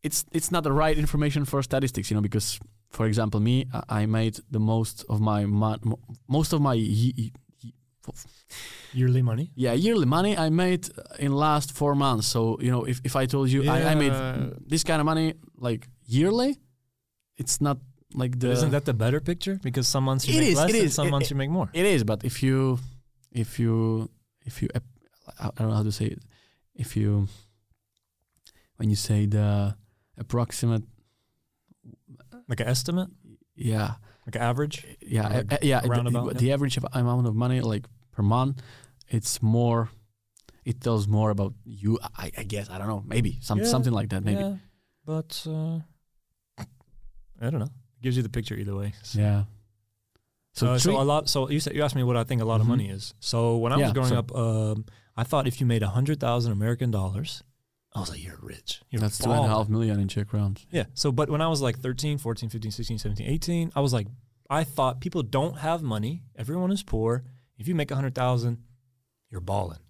C: it's it's not the right information for statistics. You know, because for example, me, I- I made the most of my mon- mo- most of my ye- ye-
A: yearly money.
C: yeah yearly money I made in last four months. So you know, if if I told you I, I made
A: Yeah.
C: this kind of money like yearly, it's not like the
A: Isn't that the better picture? Because some months you
C: It
A: make
C: is,
A: less
C: it
A: and
C: is,
A: some
C: it-
A: months you make more.
C: It is, but if you, if you, if you, I don't know how to say it. If you, when you say the approximate,
A: Like an estimate,
C: yeah,
A: like an average.
C: yeah,
A: Like
C: uh, yeah, the-
A: roundabout,
C: the, average ab- amount of money like per month, it's more. It tells more about you, I, I guess. I don't know. Maybe some,
A: Yeah,
C: something like that. Maybe.
A: Yeah, but uh, I don't know. Gives you the picture either way. So,
C: Yeah. So,
A: uh,
C: three-
A: so a lot. So you said you asked me what I think a lot of
C: Mhm.
A: money is. So when I
C: Yeah,
A: was growing
C: so-
A: up, um, I thought if you made a hundred thousand American dollars, I was like, you're rich. You're
C: that's two and a
A: ballin'."
C: half million in Czech rounds.
A: Yeah. So, but when I was like 13, 14, 15, 16, 17, 18, I was like, I thought people don't have money. Everyone is poor. If you make a hundred thousand, you're balling.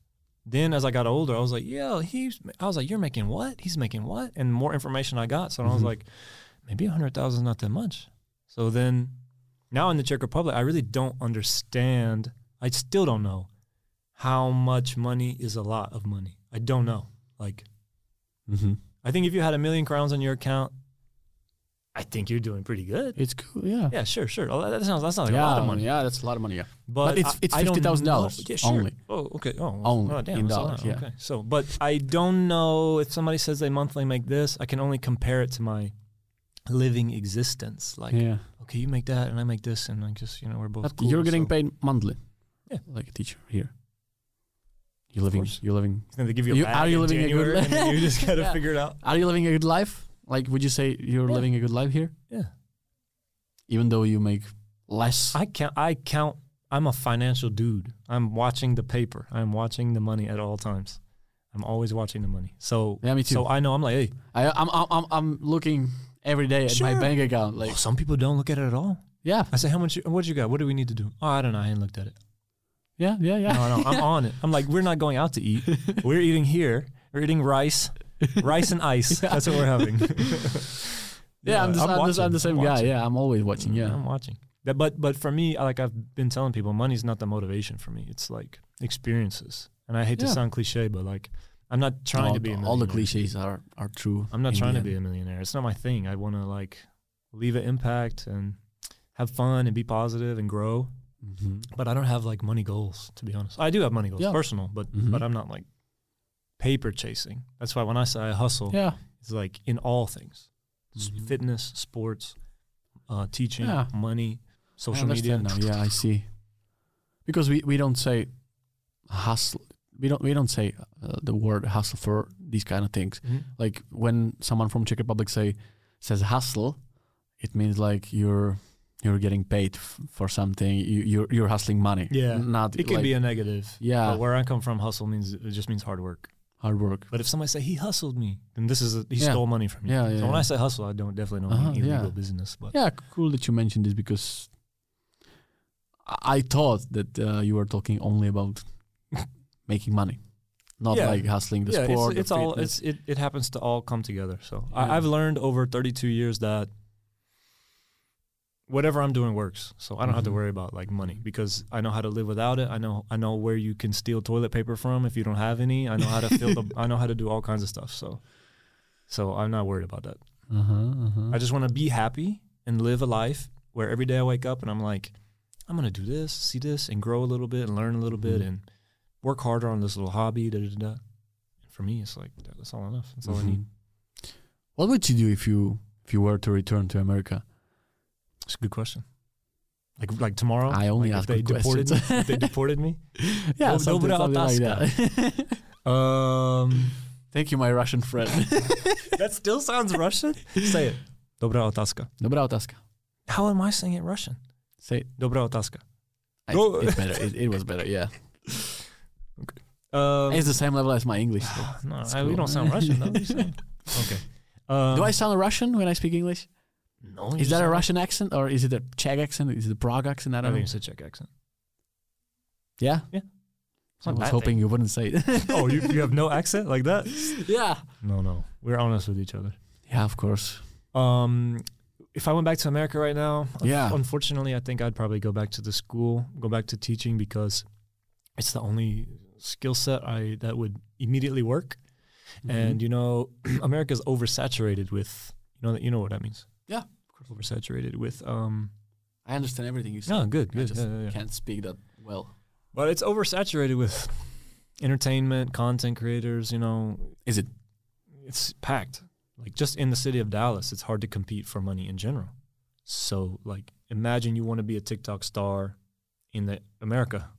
A: Then as I got older, I was like, yo, he's, I was like, you're making what? He's making what? And more information I got. So I was
C: Mhm.
A: like, maybe a hundred thousand is not that much. So then now in the Czech Republic, I really don't understand. I still don't know how much money is a lot of money. I don't know. Like,
C: Mm-hmm.
A: I think if you had a million crowns on your account, I think you're doing pretty good.
C: It's cool. Yeah.
A: Yeah, sure, sure. Oh, That sounds that sounds like
C: yeah,
A: a lot of money.
C: yeah, that's a lot of money. Yeah.
A: But,
C: But it's-
A: I-
C: it's
A: I don't
C: $50,000
A: know. Yeah, sure.
C: only.
A: Oh, okay. Oh, well,
C: Only
A: oh, damn,
C: in
A: that's a lot.
C: dollars, yeah.
A: Okay. So, but I don't know if somebody says they monthly make this. I can only compare it to my living existence. Like,
C: yeah.
A: okay, you make that, and I make this, and I just you know we're both.
C: But
A: cool,
C: you're getting
A: so.
C: paid monthly.
A: Yeah.
C: Like a teacher here. You're living
A: course.
C: you're living
A: They give you, a
C: You-
A: bag
C: are you
A: in
C: living a good
A: January,
C: life?
A: and then you just gotta
C: Yeah.
A: figure it out.
C: Are you living a good life? Like would you say you're
A: Yeah.
C: living a good life here?
A: Yeah.
C: Even though you make less
A: I count. I count. I'm a financial dude. I'm watching the paper. I'm watching the money at all times. I'm always watching the money. So
C: Yeah, me too.
A: So I know. I'm like, hey,
C: I I'm I'm I'm, I'm looking every day at my
A: Sure.
C: bank account.
A: oh,
C: Like
A: some people don't look at it at all.
C: yeah.
A: I say, how much? you- What you got? What do we need to do? Oh, I don't know. I ain't looked at it.
C: Yeah, yeah, yeah.
A: No, no. I'm on it. I'm like, we're not going out to eat. We're eating here. We're eating rice, rice and ice.
C: Yeah.
A: That's what we're having.
C: yeah, I'm, just, I'm, just, I'm the
A: watching.
C: same
A: I'm
C: guy.
A: watching.
C: Yeah, I'm always watching. Yeah.
A: I'm watching. That, but but for me, I- like I've been telling people, money's not the motivation for me. It's like experiences, and I hate
C: Yeah.
A: to sound cliche, but like I'm not trying
C: all,
A: to be a
C: all the
A: millionaire.
C: cliches are are true.
A: I'm not
C: in
A: trying
C: the
A: to be a millionaire. It's not my thing. I want to like leave an impact and have fun and be positive and grow.
C: end. Mhm.
A: But I don't have like money goals, to be honest. I do have money goals,
C: Yeah.
A: personal, but
C: Mhm.
A: but I'm not like paper chasing. That's why when I say I hustle,
C: Yeah.
A: it's like in all things S-
C: Mhm.
A: fitness, sports, uh, teaching,
C: Yeah.
A: money,
C: I
A: social media.
C: understand Now. Yeah, I see. Because we, we don't say hustle. We don't we don't say uh, the word hustle for these kind of things.
A: Mhm.
C: Like when someone from Czech Republic say says hustle, it means like you're you're getting paid f- for something. You you're you're hustling money.
A: Yeah.
C: not
A: It can
C: like
A: be a negative.
C: Yeah.
A: But where I come from, hustle means it just means hard work.
C: hard work.
A: But if somebody say he hustled me, then this is a, he
C: Yeah.
A: stole money from me.
C: Yeah,
A: so
C: yeah,
A: when
C: yeah.
A: I say hustle, I don't definitely don't
C: Uh-huh,
A: mean illegal
C: yeah.
A: business. But
C: Yeah, c- cool that you mentioned this because I- I thought that uh, you were talking only about making money, not
A: Yeah.
C: like hustling the
A: Yeah, it's-
C: sport.
A: it's,
C: the
A: all
C: fitness.
A: it's, it, it happens to all come together. So
C: Yeah.
A: I, I've learned over 32 years that whatever I'm doing works. So I don't have to
C: Mhm.
A: worry about like money because I know how to live without it. I know I know where you can steal toilet paper from if you don't have any. I know how to fill the I know how to do all kinds of stuff. So so I'm not worried about that.
C: uh-huh, uh-huh.
A: I just want to be happy and live a life where every day I wake up and I'm like, I'm gonna do this, see this, and grow a little bit and learn a little bit
C: Mhm.
A: and work harder on this little hobby. Da da da. da. For me, it's like that- that's all enough. That's all I need.
C: Mhm. What would you do if you if you were to return to America?
A: It's a good question. Like like tomorrow,
C: I only
A: like
C: ask
A: if they
C: good
A: deported me,
C: questions.
A: if they deported me.
C: Yeah,
A: Dob-
C: something,
A: dobrá
C: something like that.
A: Um,
C: Um, Thank you, my Russian friend.
A: that still sounds Russian. Say it. Dobrá otázka.
C: Dobrá otázka.
A: How am I singing in Russian?
C: Say it.
A: Dobrá otázka.
C: I-
A: Go.
C: It's better. It, it was better. Yeah.
A: Um,
C: It's the same level as my English. so.
A: no,
C: it's
A: I, we
C: cool.
A: don't sound Russian. though. What are you saying? okay. Um,
C: Do I sound Russian when I speak English?
A: No. you
C: Is that a
A: sound-
C: Russian accent or is it a Czech accent? Is it a Prague accent? I
A: I
C: don't
A: think it's
C: know.
A: a Czech accent.
C: Yeah.
A: Yeah.
C: I
A: Not
C: was
A: bad
C: hoping
A: thing.
C: you wouldn't say it.
A: oh, you, you have no accent like that?
C: yeah.
A: No, no. We're honest with each other.
C: Yeah, of course.
A: Um, if I went back to America right now, un-
C: Yeah.
A: unfortunately, I think I'd probably go back to the school, go back to teaching because it's the only skill set I that would immediately work. And you know, America's oversaturated with you know that you know what that means.
C: Yeah,
A: of course. Oversaturated with um.
C: I understand everything you said.
A: No, good, good.
C: just
A: yeah, yeah, yeah.
C: Can't speak that well.
A: But it's oversaturated with entertainment, content creators. You know,
C: Is it?
A: it's packed. Like just in the city of Dallas, it's hard to compete for money in general. So like imagine you want to be a TikTok star in the America.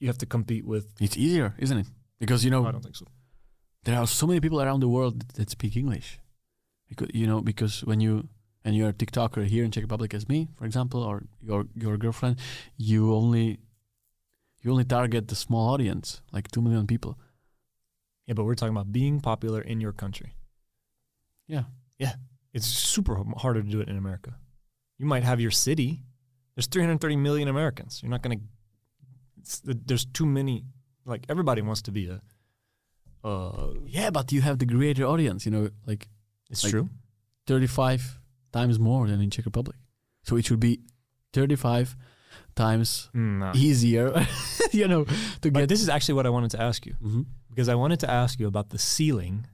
A: You have to compete with
C: It's easier, isn't it? Because you
A: I
C: know
A: don't think so.
C: there are so many people around the world that- that speak English. Because you know, because when you and you're a TikToker here in Czech Republic as me, for example, or your your girlfriend, you only you only target the small audience, like two million people.
A: Yeah, but we're talking about being popular in your country.
C: Yeah.
A: Yeah. It's super h- harder to do it in America. You might have your city. There's 330 million Americans. You're not going to there's too many like everybody wants to be a uh
C: Yeah, but you have the greater audience, you know, like
A: it's
C: Like-
A: true.
C: 35 times more than in Czech Republic. So it should be 35 times
A: Mm, nah.
C: easier, you know, to
A: But
C: get
A: this is actually what I wanted to ask you.
C: Mhm.
A: because I wanted to ask you about the ceiling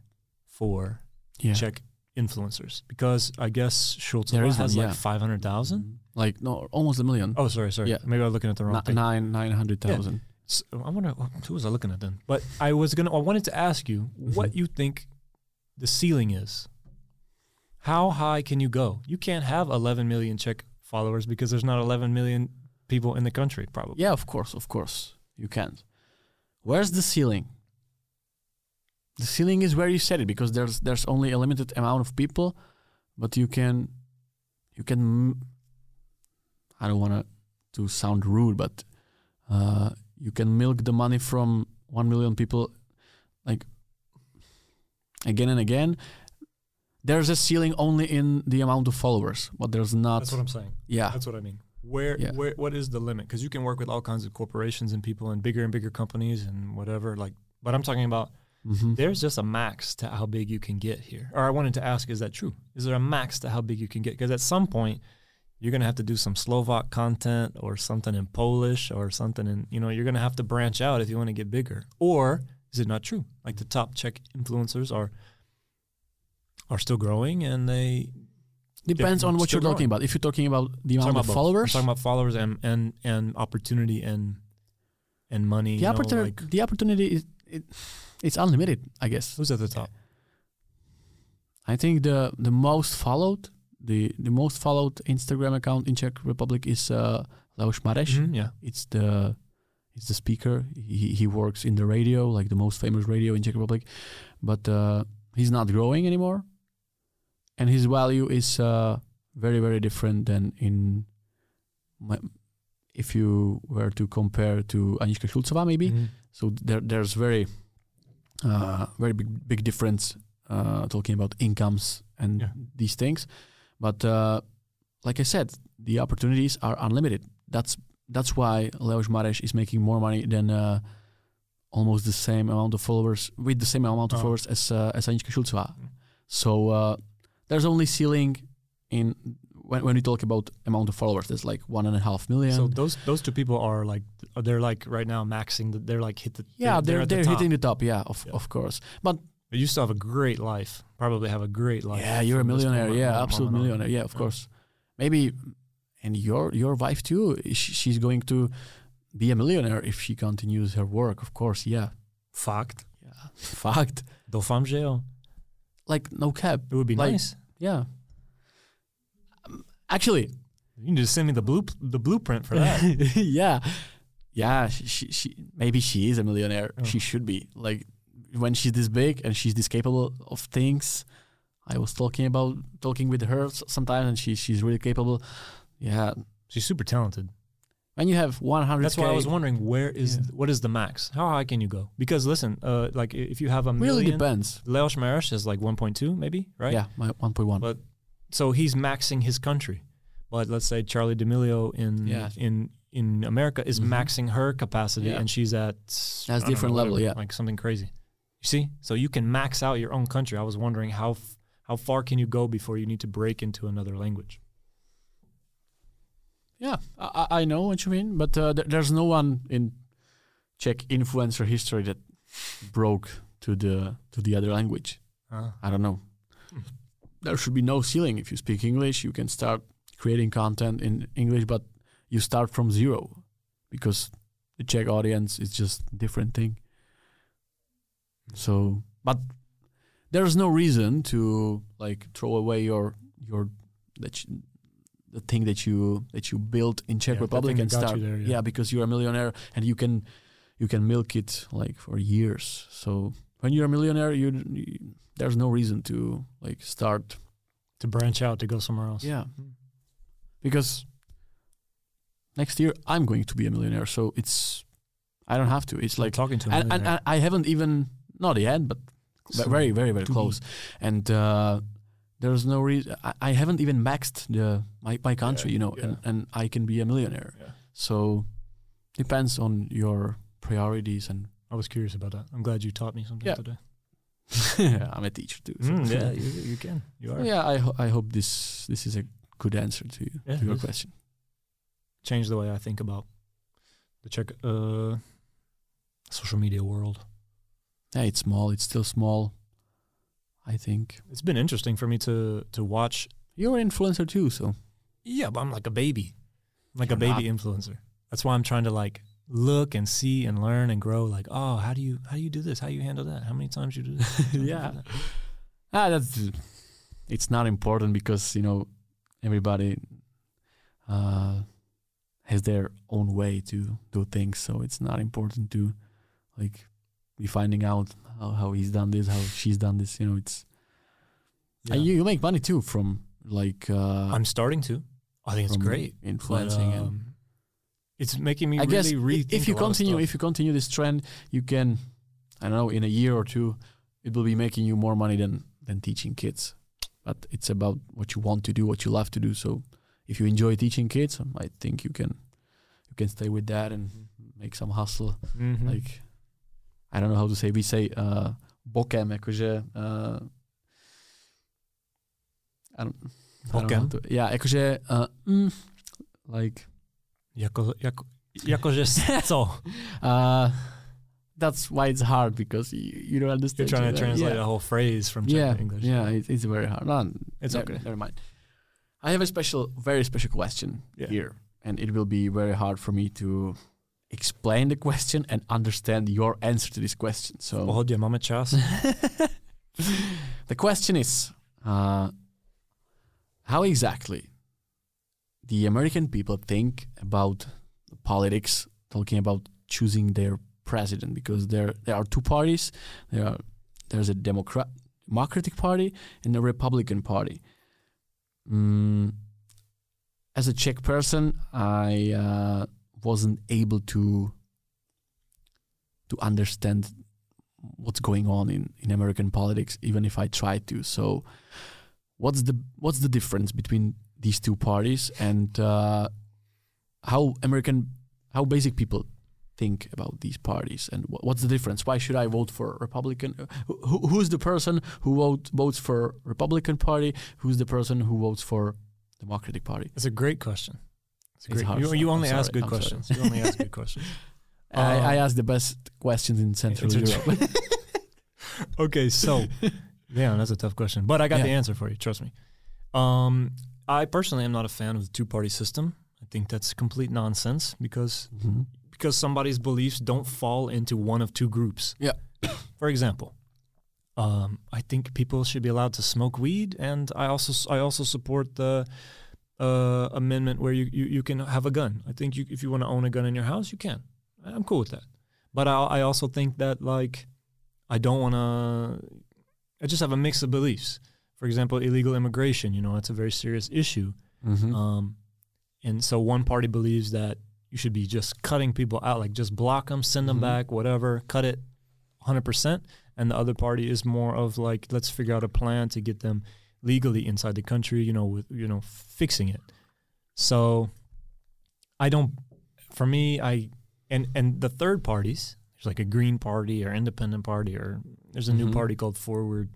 A: for
C: Yeah.
A: Czech influencers because I guess Schultz
C: There is
A: has
C: one,
A: like
C: yeah.
A: 500,000.
C: Like no, almost a million.
A: Oh, sorry, sorry.
C: Yeah.
A: Maybe I'm looking at the wrong
C: Ni-
A: thing.
C: nine nine hundred thousand.
A: S- I wonder who was I looking at then. But I was going to I wanted to ask you what you think the ceiling is. How high can you go? You can't have 11 million Czech followers because there's not 11 million people in the country probably.
C: Yeah, of course, of course, you can't. Where's the ceiling? The ceiling is where you set it because there's there's only a limited amount of people, but you can, you can. m- I don't want to sound rude, but uh, you can milk the money from one million people, like again and again. There's a ceiling only in the amount of followers, but there's not.
A: That's what I'm saying.
C: yeah,
A: That's what I mean. Where,
C: Yeah.
A: where what is the limit? Because you can work with all kinds of corporations and people and bigger and bigger companies and whatever. Like, but I'm talking about
C: Mhm.
A: there's just a max to how big you can get here. Or I wanted to ask, is that true? Is there a max to how big you can get? Because at some point, you're gonna have to do some Slovak content or something in Polish or something in you know you're gonna have to branch out if you want to get bigger. Or is it not true? Like the top Czech influencers are are still growing and they
C: Depends on what
A: still
C: you're talking
A: growing.
C: about. If you're talking about the
A: I'm
C: amount
A: talking
C: of
A: about both.
C: followers,
A: I'm talking about followers and and and opportunity and and money.
C: the,
A: you know,
C: opportunity,
A: like,
C: the opportunity is it, it's unlimited, I guess.
A: who's at the top?
C: I think the the most followed the the most followed Instagram account in Czech Republic is uh, Leoš Mareš.
A: Mhm, yeah,
C: It's the it's the speaker. He he works in the radio, like the most famous radio in Czech Republic, but uh, he's not growing anymore, and his value is uh, very very different than in. My, if you were to compare to Aniška Šulcová, maybe
A: Mhm.
C: so there, there's very, uh, very big, big difference uh, talking about incomes and
A: Yeah.
C: these things. But uh, like I said, the opportunities are unlimited. That's that's why Leos Mares is making more money than uh, almost the same amount of followers with the same amount of
A: Ah.
C: followers as uh, as Anička Šulcová.
A: Mm.
C: So uh, there's only ceiling in when, when we talk about amount of followers. There's like one and a half million.
A: So those those two people are like they're like right now maxing. The, they're like hit the
C: yeah, they're
A: at
C: they're,
A: the top.
C: hitting the top. Yeah, of
A: Yeah.
C: of course.
A: But you still have a great life. Probably have a great life.
C: Yeah, you're a
A: from this
C: millionaire.
A: moment-
C: Yeah,
A: moment
C: absolute
A: on.
C: millionaire. Yeah, of
A: Yeah.
C: course. Maybe, and your your wife too. sh- She's going to be a millionaire if she continues her work. Of course. Yeah.
A: Fact.
C: Yeah. Fact.
A: Doufám, že jo.
C: Like no cap.
A: It would be
C: Like-
A: nice.
C: Yeah. Um, Actually,
A: You can just send me the blue the blueprint for that.
C: yeah, yeah. She, she, she maybe she is a millionaire.
A: Oh.
C: She should be like when she's this big and she's this capable of things. I was talking about talking with her s- sometimes, and she she's really capable. Yeah,
A: She's super talented.
C: when you have 100,
A: That's why I was wondering where is
C: Yeah.
A: th- what is the max? How high can you go? Because listen, uh, like i- if you have a
C: really
A: million,
C: depends.
A: Leos Mares is like 1.2 maybe, right?
C: Yeah, my 1.1.
A: But- So he's maxing his country. But let's say Charlie D'Amelio in
C: Yeah.
A: in in America is
C: Mhm.
A: maxing her capacity
C: Yeah.
A: and she's at I don't
C: different level,
A: whatever,
C: yeah.
A: Like something crazy. You see? So you can max out your own country. I was wondering how f- how far can you go before you need to break into another language?
C: yeah, I, I I know what you mean, but uh, there- there's no one in Czech influencer history that broke to the to the other language.
A: Uh,
C: I don't know. There should be no ceiling. If you speak English, you can start creating content in English, but you start from zero because the Czech audience is just different thing. So, but there's no reason to like throw away your your that you, the thing that you that you built in Czech
A: Yeah, the
C: Republic
A: thing
C: and
A: that got
C: start
A: you there, yeah.
C: yeah because you're a millionaire and you can you can milk it like for years. So when you're a millionaire, you, you there's no reason to like start.
A: to branch out to go somewhere else.
C: Yeah,
A: Mm.
C: because next year I'm going to be a millionaire, so it's I don't have to. It's
A: Like
C: like
A: talking to a
C: and, and,
A: millionaire.
C: and I haven't even not yet, but ve-
A: So-
C: very very very
A: to
C: close. And uh, there's no reason I, I haven't even maxed the my, my country, you know,
A: yeah.
C: and, and I can be a millionaire.
A: Yeah.
C: So depends on your priorities and
A: I was curious about that. I'm glad you taught me something
C: Yeah. Mm,
A: today.
C: I'm a teacher too. so-
A: yeah, you, you can. You are.
C: Yeah, I, ho- I hope this this is a good answer to, you,
A: Yeah,
C: to
A: it
C: your
A: is.
C: question.
A: Change the way I think about the Czech uh, social media world.
C: Yeah, it's small. It's still small. I think
A: It's been interesting for me to to watch.
C: you're an influencer too, so
A: Yeah, but I'm like a baby, I'm like a
C: You're
A: baby influencer. That's why I'm trying to like look and see and learn and grow. Like, oh, how do you how do you do this? How do you handle that? How many times you do this? How many times you do
C: Yeah.
A: that?
C: ah, that's it's not important because you know everybody uh, has their own way to do things, so it's not important to like be finding out how, how he's done this, how she's done this. You know, it's
A: Yeah.
C: and Uh, you, you make money too from like uh,
A: I'm starting to. I think it's
C: from
A: great. but,
C: influencing and
A: um, it's making me
C: I guess
A: really
C: i-
A: rethink.
C: if you
A: a lot of
C: continue,
A: stuff.
C: if you continue this trend, you can, I don't know, in a year or two, it will be making you more money than than teaching kids. But it's about what you want to do, what you love to do. So if you enjoy teaching kids, um, I think you can you can stay with that and
A: Mm-hmm.
C: make some hustle.
A: Mhm.
C: Like I don't know how to say. We say uh, bokem, jakože. Uh, I don't, I don't know how
A: Bokem?
C: to, yeah, jakože uh, mm, like
A: Jako, jako, jakože co?
C: Uh, that's why it's hard because you, you don't understand.
A: You're trying to
C: each other.
A: translate
C: yeah.
A: a whole phrase from Czech
C: yeah,
A: to English.
C: Yeah, it, it's very hard. No,
A: It's
C: ne-
A: okay.
C: Never mind. I have a special, very special question
A: Yeah.
C: here, and it will be very hard for me to explain the question and understand your answer to this question. So
A: Pohodě, máme čas.
C: the question is uh, how exactly the American people think about politics, talking about choosing their president, because there there are two parties. There are there's a Democrat Democratic Party and a Republican Party. Mm, as a Czech person, I uh, wasn't able to to understand what's going on in, in American politics, even if I try to. So, what's the what's the difference between these two parties and uh, how American how basic people think about these parties and wh- what's the difference? Why should I vote for Republican? Uh, wh- Who, who's the person who vote, votes for Republican Party? Who's the person who votes for Democratic Party?
A: It's a great question. It's a
C: It's
A: great.
C: hard
A: you,
C: stuff.
A: you
C: I'm
A: only ask
C: sorry.
A: good
C: I'm sorry.
A: questions. You only ask good questions. Um,
C: I, I ask the best questions in Central
A: It's a-
C: Europe.
A: okay, so yeah, that's a tough question, but I got the
C: Yeah.
A: answer for you. Trust me. Um, I personally am not a fan of the two-party system. I think that's complete nonsense because
C: Mhm.
A: because somebody's beliefs don't fall into one of two groups.
C: Yeah.
A: For example, um, I think people should be allowed to smoke weed, and I also I also support the uh, amendment where you, you you can have a gun. I think you, if you want to own a gun in your house, you can. I- I'm cool with that. But I I also think that like I don't want to. I just have a mix of beliefs. For for example, illegal immigration. You know, that's a very serious issue.
B: Mm-hmm.
A: Um, and so one party believes that you should be just cutting people out, like just block them, send them
B: Mhm.
A: back, whatever, cut it 100%. And the other party is more of like, let's figure out a plan to get them legally inside the country, you know, with, you know, fixing it. So I don't, for me, I, and, and the third parties, there's like a green party or independent party, or there's a new
C: Mhm.
A: party called Forward.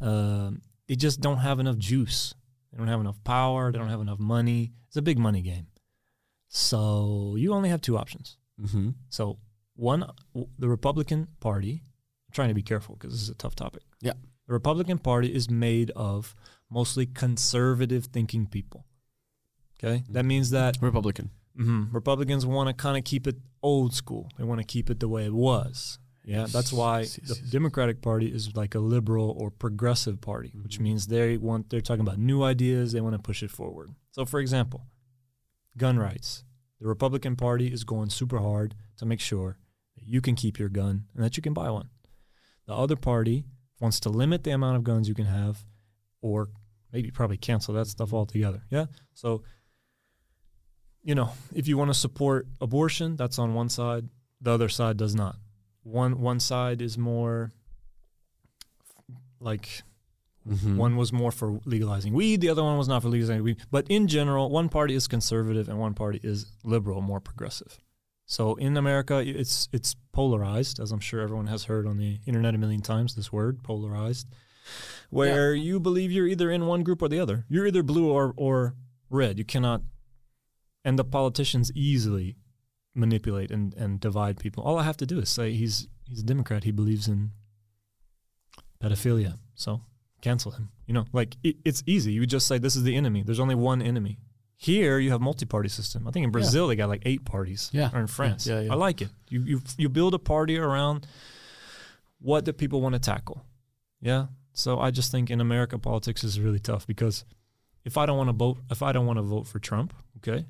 A: Uh, they just don't have enough juice. They don't have enough power. They don't have enough money. It's a big money game. So you only have two options.
B: Mm-hmm.
A: So one, w- the Republican Party. I'm trying to be careful because this is a tough topic.
B: Yeah.
A: the Republican Party is made of mostly conservative-thinking people. Okay, that means that
C: Republican.
A: mhm, Republicans want to kind of keep it old school. They want to keep it the way it was. Yeah, that's why
C: Yes, yes,
A: the
C: yes.
A: Democratic Party is like a liberal or progressive party,
C: Mm-hmm.
A: which means they want they're talking about new ideas, they want to push it forward. So for example, gun rights. The Republican Party is going super hard to make sure that you can keep your gun and that you can buy one. The other party wants to limit the amount of guns you can have or maybe probably cancel that stuff altogether. Yeah? So you know, if you want to support abortion, that's on one side, the other side does not one one side is more like
B: Mm-hmm.
A: one was more for legalizing weed, the other one was not for legalizing weed. But in general, one party is conservative and one party is liberal, more progressive. So in America, i- it's it's polarized, as I'm sure everyone has heard on the internet a million times. This word polarized, where you believe you're either in one group or the other. You're either blue or or red. You cannot, and the politicians easily manipulate and and divide people. All I have to do is say he's he's a Democrat. He believes in pedophilia. So cancel him. You know, like it, it's easy. You just say this is the enemy. There's only one enemy. Here you have multi-party system. I think in Brazil they got like eight parties.
C: Yeah.
A: Or in France.
C: Yeah, yeah.
A: I like it. You you you build a party around what the people want to tackle. Yeah. So I just think in America politics is really tough because if I don't want to vote if I don't want to vote for Trump, okay,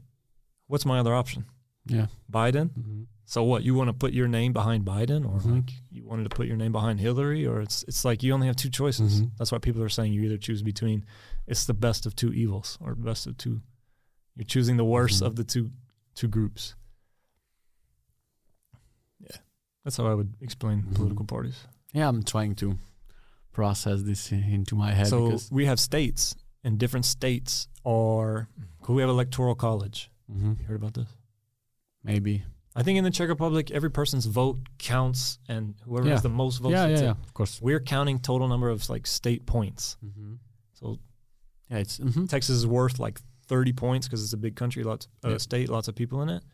A: what's my other option?
C: Yeah.
A: Biden?
C: Mm-hmm.
A: So what? You want to put your name behind Biden, or
C: Mhm.
A: like you wanted to put your name behind Hillary, or it's it's like you only have two choices.
C: Mhm.
A: That's why people are saying you either choose between it's the best of two evils or best of two. You're choosing the worst
C: Mm-hmm.
B: Mhm.
A: of the two two groups. Yeah, that's how I would explain
C: Mm-hmm.
B: Mhm.
A: political parties.
C: Yeah, I'm trying to process this i- into my head.
A: so
C: because,
A: we have states, and different states are. Could we have electoral college?
C: Mhm.
A: You heard about this?
C: maybe.
A: I think in the Czech Republic, every person's vote counts, and whoever
C: Yeah.
A: has the most votes,
C: yeah,
A: gets
C: yeah,
A: it.
C: yeah. Of course.
A: we're counting total number of like state points.
C: Mm-hmm.
A: So
C: Yeah, it's. mhm.
A: Texas is worth like 30 points because it's a big country, lots uh,
C: Yeah.
A: state, lots of people in it,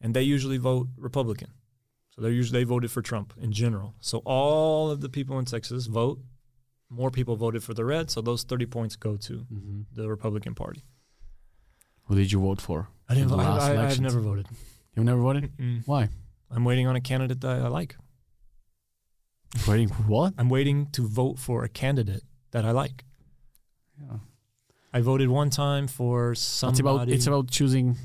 A: and they usually vote Republican. So they usually they voted for Trump in general. So all of the people in Texas vote. More people voted for the red, so those 30 points go to
C: Mhm.
A: the Republican Party.
C: Who did you vote for?
A: I didn't.
C: In the
A: vote.
C: last
A: I, I, I've
C: elections.
A: never voted.
C: You never voted? Why?
A: I'm waiting on a candidate that I like.
C: Waiting for what?
A: I'm waiting to vote for a candidate that I like.
C: Yeah.
A: I voted one time for somebody.
C: It's about it's about choosing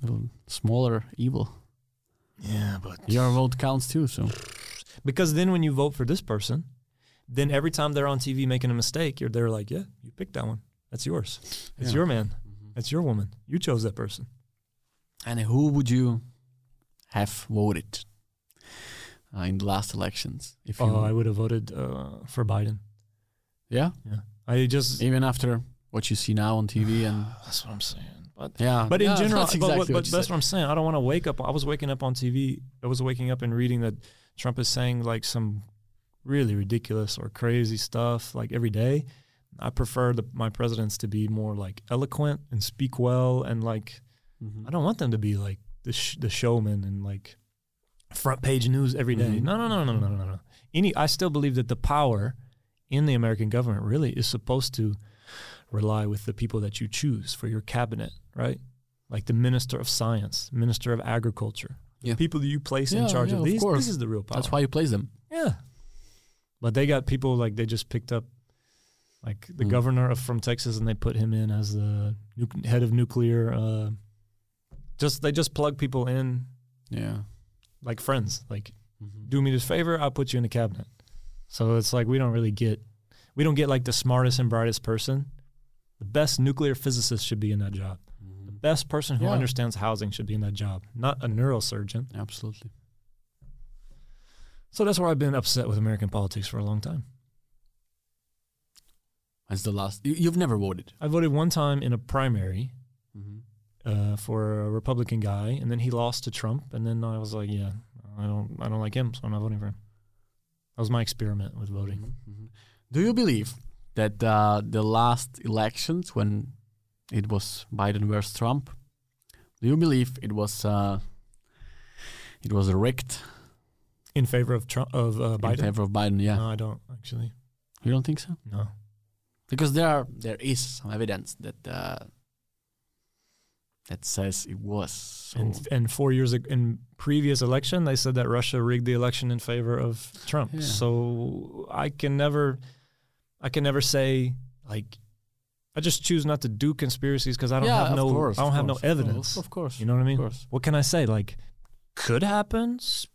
C: little smaller evil.
A: yeah, but
C: Your vote counts too, so
A: Because then when you vote for this person, then every time they're on TV making a mistake, you're they're like, yeah, you picked that one. That's yours. It's
C: Yeah.
A: your man. That's your woman. You chose that person.
C: And who would you have voted uh, in the last elections? If you,
A: Oh, I would have voted uh, for Biden.
C: yeah,
A: I just
C: even after what you see now on TV and
A: that's what I'm saying. But
C: yeah,
A: but in
C: yeah,
A: general,
C: that's
A: but- but,
C: exactly what
A: but
C: you
A: that's
C: said.
A: what I'm saying. I don't want to wake up. I was waking up on TV. I was waking up and reading that Trump is saying like some really ridiculous or crazy stuff like every day. I prefer the, my presidents to be more like eloquent and speak well and like
C: Mhm.
A: I don't want them to be like the sh- the showman and like front page news every day.
C: Mhm.
A: No, no, no, no, no, no, no, no. Any, I still believe that the power in the American government really is supposed to rely with the people that you choose for your cabinet, right? Like the minister of science, minister of agriculture,
C: Yeah.
A: the people that you place
C: Yeah,
A: in charge
C: yeah,
A: of
C: of
A: these.
C: course.
A: this is the real power.
C: That's why you place them.
A: Yeah. But they got people like they just picked up like the
C: Mm.
A: governor of from Texas and they put him in as the nu- head of nuclear uh just they just plug people in
C: Yeah,
A: like friends like
C: Mhm.
A: do me this favor I'll put you in the cabinet. So it's like we don't really get we don't get like the smartest and brightest person. The best nuclear physicist should be in that job. The
C: Mm-hmm.
A: best person who
C: Yeah.
A: understands housing should be in that job, not a neurosurgeon.
C: Absolutely.
A: So that's where I've been upset with American politics for a long time.
C: That's the last. You, you've never voted.
A: I voted one time in a primary
C: Mm-hmm.
A: uh, for a Republican guy, and then he lost to Trump, and then I was like, yeah, I don't, I don't like him, so I'm not voting for him. That was my experiment with voting.
C: Mhm. Do you believe that uh, the last elections, when it was Biden versus Trump, do you believe it was uh, it was rigged
A: In favor of Trump of uh,
C: in
A: Biden?
C: favor of Biden? Yeah,
A: No, I don't actually.
C: you don't think so?
A: No.
C: because there are, there is some evidence that uh, that says it was. So.
A: And and four years ag- in previous election, they said that Russia rigged the election in favor of Trump.
C: Yeah.
A: So I can never, I can never say like, I just choose not to do conspiracies because I don't
C: yeah,
A: have
C: of
A: no,
C: course,
A: I don't
C: of
A: have
C: course,
A: no
C: of course,
A: evidence.
C: Of course,
A: You know what I mean?
C: of course.
A: What can I say? Like, could happen. s-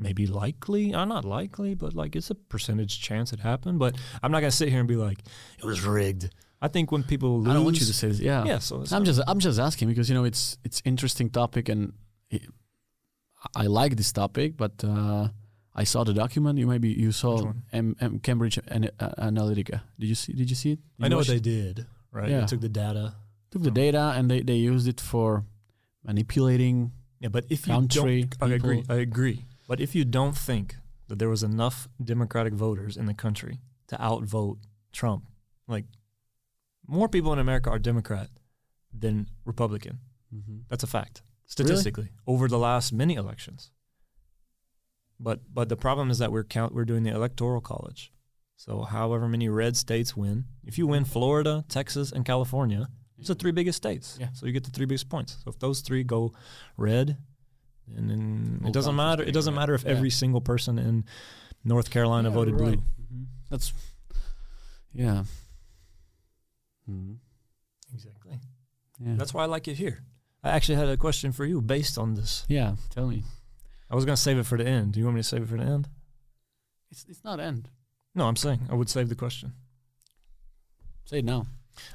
A: Maybe likely, uh, not likely, but like it's a percentage chance it happened. But I'm not gonna sit here and be like it was rigged. I think when people lose,
C: I don't want you to say this. Yeah,
A: yeah. So it's
C: I'm
A: not-
C: just I'm just asking because you know it's it's interesting topic and i I like this topic, but uh, I saw the document. You maybe you
A: Which
C: saw
A: one?
C: M, M Cambridge An- uh, Analytica. Did you see? Did you see it? Did
A: I
C: you
A: know what
C: watch
A: they
C: it?
A: did, right?
C: Yeah.
A: They took the data.
C: took the data and they, they used it for manipulating.
A: Yeah, but if
C: Country,
A: you don't, I agree.
C: people.
A: I agree. But if you don't think that there was enough Democratic voters in the country to outvote Trump, like more people in America are Democrat than Republican. That's a fact statistically over the last many elections. But but the problem is that we're count we're doing the electoral college. So however many red states win, if you win Florida, Texas, and California, it's the three biggest states.
C: Yeah.
A: So you get the three biggest points. So if those three go red, and then
C: Whole
A: it doesn't
C: country's
A: matter. It
C: getting
A: doesn't
C: red.
A: matter if
C: Yeah.
A: every single person in North Carolina
C: Yeah,
A: voted
C: right.
A: blue.
C: Mhm. That's yeah. Mhm.
A: Exactly.
C: Yeah.
A: That's why I like it here. I actually had a question for you based on this.
C: yeah. Tell me.
A: I was gonna save it for the end. Do you want me to save it for the end?
C: It's it's not end.
A: No, I'm saying I would save the question.
C: Say it now.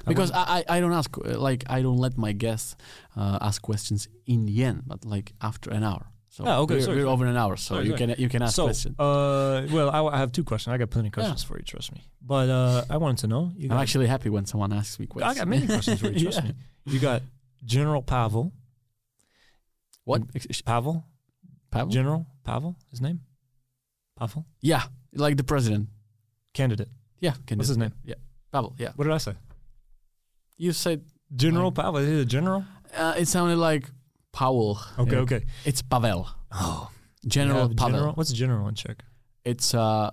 A: I
C: because I, I, I don't ask uh, like I don't let my guests uh, ask questions in the end, but like after an hour. So
A: Ah, okay,
C: we're,
A: sorry,
C: we're
A: sorry.
C: over an hour, so
A: Sorry,
C: you
A: sorry.
C: can you can ask
A: so,
C: questions.
A: Uh, well, I, I have two questions. I got plenty of questions for you, trust me. But uh, I wanted to know. You
C: I'm
A: got,
C: actually happy when someone asks me
A: I
C: questions.
A: got many questions for you, trust
C: Yeah.
A: me. You got General Pavel.
C: What
A: Pavel?
C: Pavel?
A: General Pavel, his name? Pavel?
C: yeah, like the president.
A: Candidate.
C: Yeah, can
A: What's
C: do.
A: his name?
C: Pavel. Yeah,
A: What did I say?
C: you said
A: General
C: Like-
A: Pavel. Is he a general?
C: uh, it sounded like Powell.
A: Okay,
C: Yeah.
A: okay.
C: It's Pavel,
A: Oh,
C: General Pavel.
A: General? What's general in Czech?
C: It's uh,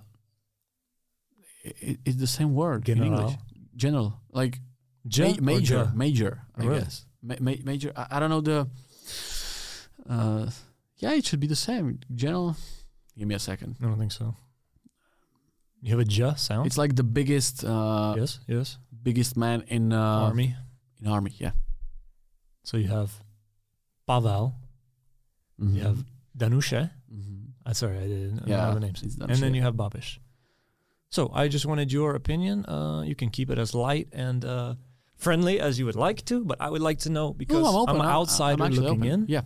C: it, it's the same word in English. General, like
A: Ja
C: Ma-
A: or
C: major,
A: ja?
C: major, I
A: Really?
C: guess. Ma- ma- major. I, I don't know the. Uh, yeah, it should be the same. General. Give me a second.
A: I don't think so. You have a ja sound?
C: It's like the biggest, uh,
A: yes, yes.
C: biggest man in uh,
A: Army.
C: In army, yeah.
A: So you have Pavel.
C: Mhm.
A: You have Danusha.
C: Mhm.
A: Uh, sorry, I didn't
C: Yeah,
A: yeah, know the names.
C: it's done
A: And then
C: shit.
A: you have Babish. So I just wanted your opinion. Uh, you can keep it as light and uh, friendly as you would like to, but I would like to know
C: No,
A: because I'm,
C: open.
A: an
C: I-
A: outsider
C: I'm actually
A: looking
C: open.
A: in.
C: Yeah.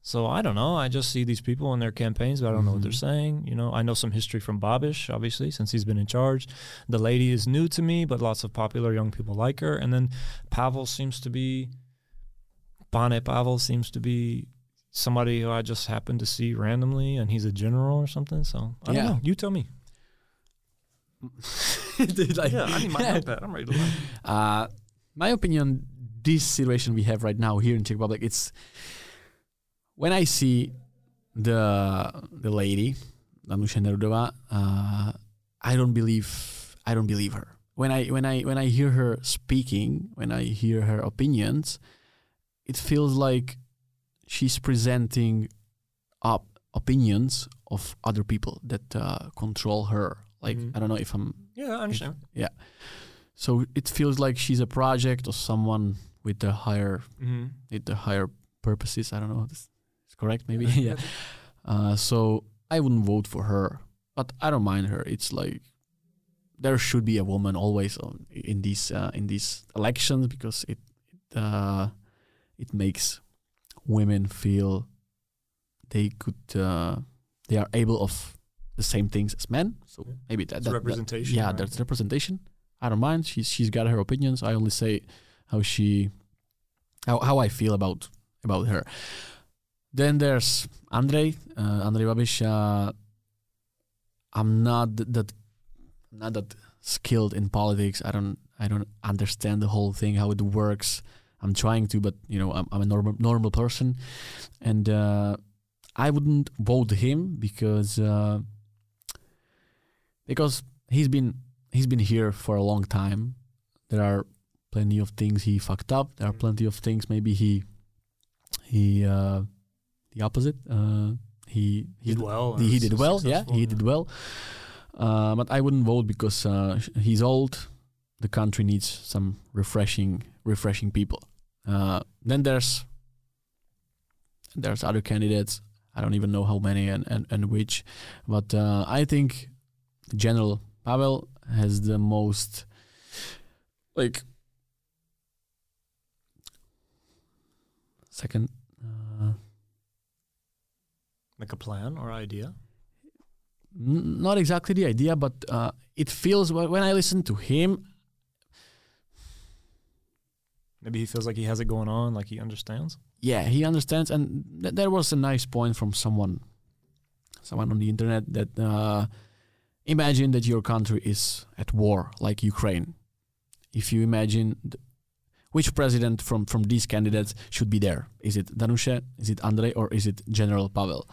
A: So I don't know. I just see these people and their campaigns, but I don't know what they're
C: Mhm.
A: saying. You know, I know some history from Babish, obviously, since he's been in charge. The lady is new to me, but lots of popular young people like her. And then Pavel seems to be, Pane Pavel seems to be somebody who I just happened to see randomly, and he's a general or something. So I
C: Yeah.
A: don't know. You tell me.
C: Dude, like-
A: I'm ready to learn.
C: Uh, my opinion, this situation we have right now here in Czech Republic, it's when I see the the lady, Danuše Nerudová, uh, I don't believe I don't believe her. When I when I when I hear her speaking, when I hear her opinions, it feels like she's presenting up opinions of other people that uh, control her. Like
A: Mhm.
C: I don't know if I'm
A: Yeah, I understand.
C: so it feels like she's a project or someone with the higher
A: Mm-hmm.
C: with the higher purposes. I don't know. This is correct, maybe. yeah. Uh, so I wouldn't vote for her, but I don't mind her. It's like there should be a woman always on, in these uh, in these elections because it it, uh, it makes women feel they could uh, they are able of the same things as men. So
A: Yeah.
C: maybe that,
A: It's
C: that, that
A: representation.
C: yeah,
A: right?
C: that's representation. I don't mind. She's she's got her opinions. I only say how she how how I feel about about her. Then there's Andrei uh, Andrei Babiš. Uh, I'm not th- that not that skilled in politics. I don't I don't understand the whole thing how it works. I'm trying to, but you know I'm, I'm a normal normal person, and uh, I wouldn't vote him because uh, because he's been he's been here for a long time. There are plenty of things he fucked up. There are plenty of things maybe he he uh, the opposite. Uh, he
A: He did well. and
C: he, he
A: was
C: did well. Yeah,
A: successful,
C: he did well. Uh, but I wouldn't vote because uh, sh- he's old. The country needs some refreshing, refreshing people. Uh, then there's there's other candidates. I don't even know how many and and, and which, but uh, I think General Pavel has the most like second. Uh,
A: Like a plan or idea.
C: N- not exactly the idea, but uh, it feels wh- when I listen to him,
A: Maybe he feels like he has it going on, like he understands.
C: yeah, he understands. And th- there was a nice point from someone, someone on the internet that uh, imagine that your country is at war, like Ukraine. If you imagine th- which president from from these candidates should be there, is it Danushe, is it Andrei, or is it General Pavel?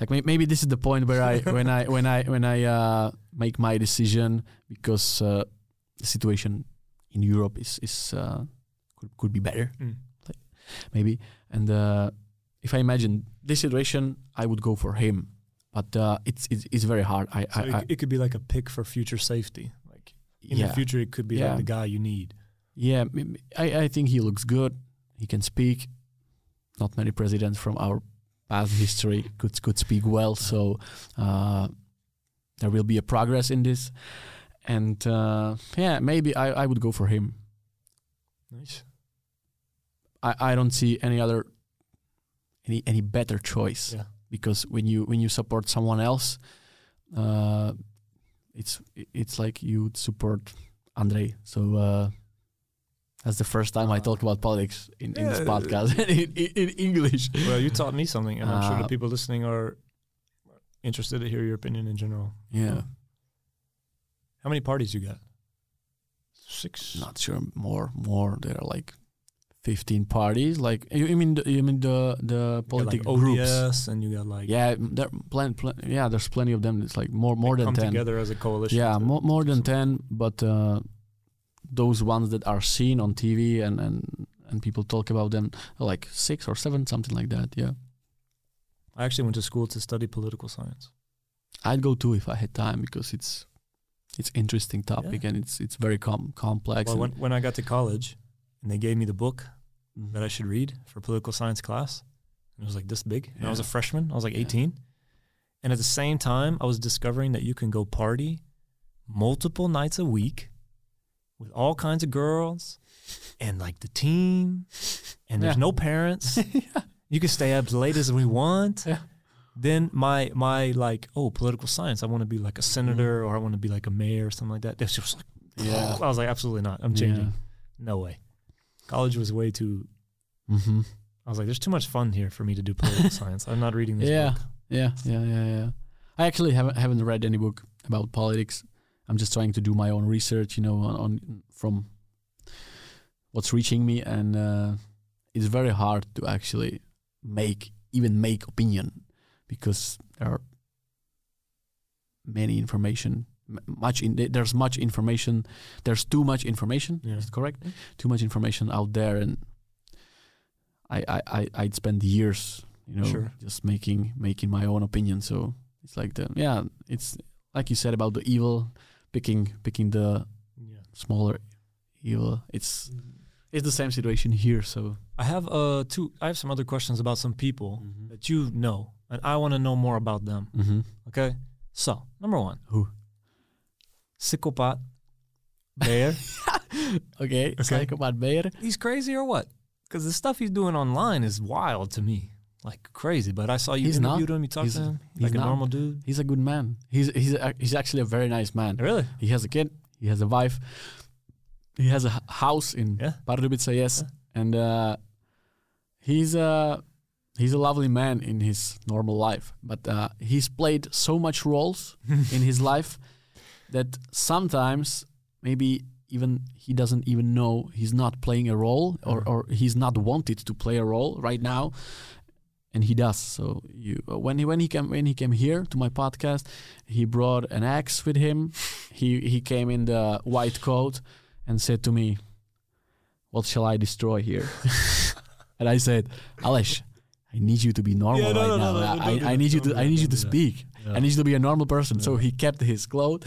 C: Like may- maybe this is the point where I when I when I when I uh, make my decision because uh, the situation in Europe is is uh, could could be better
A: Mm.
C: maybe. And uh, if I imagine this situation, I would go for him. But uh, it's, it's it's very hard. I,
A: So
C: I,
A: it,
C: I
A: it could be like a pick for future safety. Like in
C: yeah
A: the future, it could be
C: Yeah.
A: like the guy you need.
C: yeah. m- m- I, I think he looks good. He can speak. Not many presidents from our past history could could speak well. So uh, there will be a progress in this. And uh, yeah, maybe I, I would go for him.
A: Nice.
C: I, I don't see any other any any better choice
A: Yeah.
C: because when you when you support someone else uh it's it's like you would support Andrei so uh that's the first time I talk about politics in, in this
A: Uh-huh. Yeah.
C: podcast in, in, in English
A: Well, you taught me something, and I'm sure
C: Uh,
A: the people listening are interested to hear your opinion in general.
C: yeah
A: How many parties you got? Six.
C: not sure more more there are like 15 parties like you, you mean the, you mean the the
A: You got like
C: political groups
A: ODS, and you got like
C: yeah there plenty plen, yeah there's plenty of them it's like more
A: they
C: more than
A: come
C: 10
A: together as a coalition.
C: Yeah,
A: to-
C: more, more
A: do
C: than
A: something.
C: ten, but uh, those ones that are seen on TV and and and people talk about them like six or seven, something like that. Yeah,
A: I actually went to school to study political science.
C: I'd go too if I had time because it's it's interesting topic and it's it's very com- complex.
A: Well, when,
C: and-
A: when I got to college, and they gave me the book
C: Mhm.
A: that I should read for political science class. And it was like this big. And I was a
C: Yeah.
A: freshman. I was like
C: Yeah.
A: 18. And at the same time, I was discovering that you can go party multiple nights a week with all kinds of girls and like the team. And there's
C: Yeah.
A: no parents. You can stay up as late as we want.
C: Yeah.
A: Then my my like oh political science I want to be like a senator or I want to be like a mayor or something like that. That's just like
C: Mm-hmm. yeah,
A: I was like absolutely not. I'm changing. No way. College was way too
C: Mm-hmm.
A: I was like, there's too much fun here for me to do political science. I'm not reading this
C: Yeah.
A: book.
C: Yeah, yeah, yeah, yeah. I actually haven't haven't read any book about politics. I'm just trying to do my own research, you know, on, on from what's reaching me, and uh, it's very hard to actually make even make opinion because there are many information, m- much in there's much information, there's too much information.
A: Yeah. Mm-hmm.
C: Is it correct? Too much information out there, and I I I I'd spend years, you know,
A: Sure.
C: just making making my own opinion. So it's like the yeah, it's like you said about the evil, picking picking the
A: Yeah.
C: smaller evil. It's
A: Mm-hmm.
C: it's the same situation here. So
A: I have uh two I have some other questions about some people that you know and I want to know more about them.
C: Mhm.
A: Okay? So, number one.
C: Who?
A: Psychopath Bayer.
C: Okay, Psychopath Bayer.
A: he's crazy or what? Because the stuff he's doing online is wild to me, like crazy. But I saw you
C: He's not.
A: interviewed him, you talked
C: He's-
A: to him,
C: he's
A: like a
C: not.
A: normal dude.
C: He's a good man. He's he's a, he's actually a very nice man.
A: Really?
C: He has a kid. He has a wife. He has a h- house in
A: Yeah.
C: Pardubice, yes. And uh, he's a he's a lovely man in his normal life, but uh, he's played so much roles in his life that sometimes maybe even he doesn't even know he's not playing a role or, or he's not wanted to play a role right now and he does so you uh, when he when he came when he came here to my podcast he brought an axe with him he he came in the white coat and said to me what shall i destroy here and i said alesh i need you to be normal
A: no,
C: right
A: no,
C: now
A: no, no,
C: I,
A: don't do
C: I, I
A: that,
C: need you
A: don't
C: to
A: do
C: i
A: that,
C: need you
A: don't
C: to
A: do that.
C: speak
A: Yeah.
C: i need you to be a normal person so he kept his clothes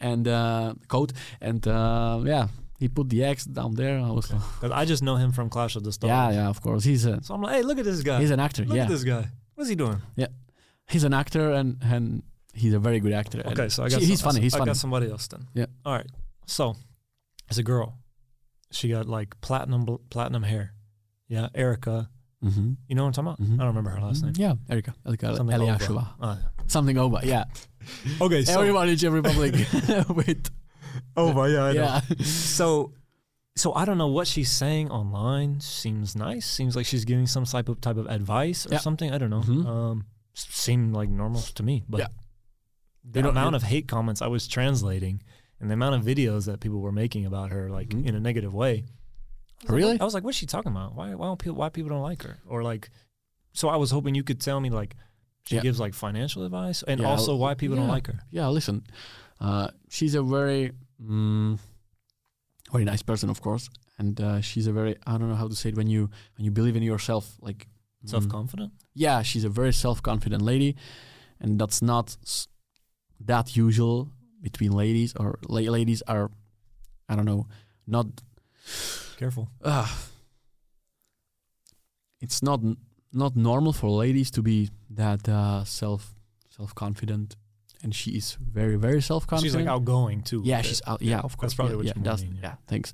C: and uh, coat and uh, yeah he put the axe down there i was like,
A: 'Cause I just know him from Clash of the Stars.
C: yeah yeah of course he's a
A: So I'm like, hey, look at this guy.
C: he's an actor
A: look
C: yeah
A: at this guy. What's he doing?
C: he's an actor and and he's a very good actor. And
A: Okay, so I got
C: she- he's
A: some-
C: funny. He's
A: I
C: funny.
A: got somebody else then.
C: Yeah.
A: All right. So, it's a girl. She got like platinum bl- platinum hair. Yeah, Erica.
C: Mhm.
A: You know what I'm talking about?
C: Mhm.
A: I don't remember her last name.
C: Yeah, Erika, Erika
A: Something
C: Eliashova,
A: Ah,
C: something over. Yeah,
A: yeah. Okay, so
C: everyone in Czech Republic. Wait,
A: Ova, yeah, I know.
C: yeah,
A: so so I don't know what she's saying online. Seems nice. Seems like she's giving some type of type of advice or
C: Yeah.
A: something. I don't know.
C: Mhm.
A: Um, s- seemed like normal to me, but
C: Yeah.
A: the
C: You don't-
A: amount
C: you-
A: of hate comments I was translating and the amount of videos that people were making about her, like
C: Mhm.
A: in a negative way. I was like,
C: Really?
A: I was like, what's she talking about? Why why don't people why people don't like her or like? So I was hoping you could tell me like she
C: Yeah.
A: gives like financial advice and
C: Yeah, I'll-
A: also why people don't
C: yeah.
A: like
C: Mm-hmm.
A: her.
C: yeah. Listen, uh, she's a very, mm, very nice person, of course, and uh, she's a very. I don't know how to say it when you when you believe in yourself, like mm,
A: Self confident.
C: yeah, she's a very self-confident lady, and that's not s- that usual between ladies. Or la- ladies are, I don't know, not.
A: Careful.
C: Uh, it's not n- not normal for ladies to be that uh, self self-confident, and she is very very self-confident.
A: She's like outgoing too.
C: yeah,
A: Uh,
C: she's out. Yeah, of course.
A: probably
C: yeah,
A: what
C: yeah,
A: you
C: that's-
A: mean, yeah.
C: yeah, thanks.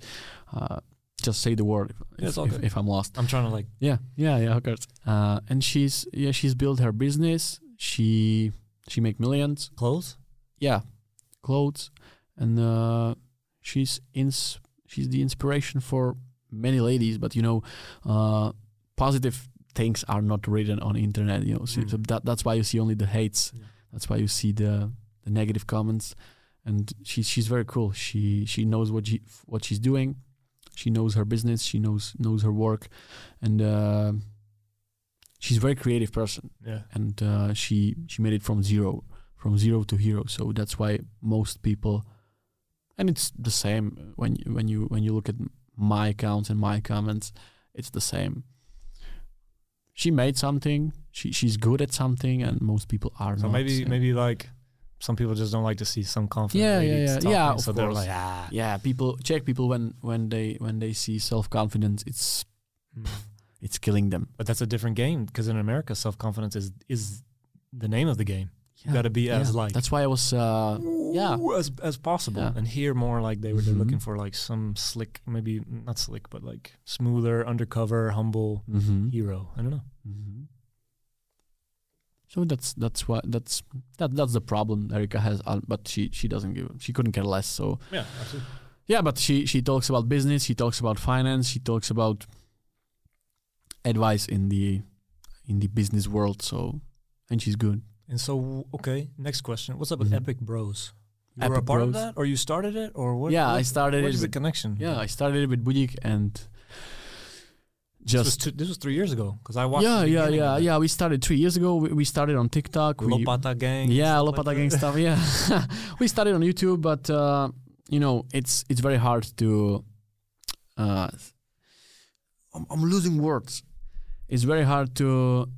C: Uh, just say the word
A: Yeah,
C: if,
A: it's all
C: if,
A: good.
C: if I'm lost.
A: I'm trying to like.
C: Yeah, yeah, yeah, of course. Uh, and she's yeah, she's built her business. She she make millions.
A: Clothes?
C: Yeah, clothes, and uh, she's ins she's the inspiration for many ladies. But you know, uh, positive things are not written on internet. You know, so,
A: Mm.
C: so that that's why you see only the hates.
A: Yeah.
C: That's why you see the the negative comments. And she's she's very cool. She she knows what she what she's doing. She knows her business. She knows knows her work, and uh, she's a very creative person
A: Yeah.
C: and uh, she she made it from zero from zero to hero so that's why most people and it's the same when you, when you when you look at my accounts and my comments it's the same she made something she she's good at something and most people are
A: So
C: not
A: maybe
C: And-
A: maybe like some people just don't like to see some confident
C: Yeah,
A: lady
C: yeah, yeah.
A: talking,
C: Yeah, of
A: so they're
C: course.
A: like ah
C: yeah people check people when when they when they see self-confidence it's
A: Mm.
C: it's killing them
A: but that's a different game because in America self confidence is is the name of the game.
C: Yeah,
A: You got to be
C: yeah.
A: as like
C: that's why i was uh yeah.
A: "Ooh," as as possible
C: Yeah.
A: and here more like they were they're
C: Mhm.
A: looking for like some slick maybe not slick but like smoother undercover humble
C: mhm.
A: hero. I don't know.
C: Mhm. So that's that's why that's that that's the problem Erika has, uh, but she she doesn't give she couldn't care less. So
A: Yeah, absolutely.
C: yeah, but she she talks about business, she talks about finance, she talks about advice in the in the business world. So and she's good.
A: And so okay, next question. What's up with
C: Mhm.
A: Epic Bros? You were a
C: Epic
A: part of
C: Bros.
A: that or you started it or what?
C: yeah,
A: what,
C: I started
A: what
C: it.
A: is the
C: With,
A: connection?
C: yeah, I started it with Budik and
A: this was,
C: just
A: two, this was three years ago because I watched.
C: yeah
A: the
C: yeah
A: beginning of
C: yeah
A: that.
C: yeah. We started three years ago. We, we started on TikTok. We,
A: Lopata gang.
C: Yeah,
A: stuff
C: Lopata
A: like
C: Gang
A: that.
C: stuff. Yeah, we started on YouTube, but uh, you know, it's it's very hard to. Uh, I'm, I'm losing words. It's very hard to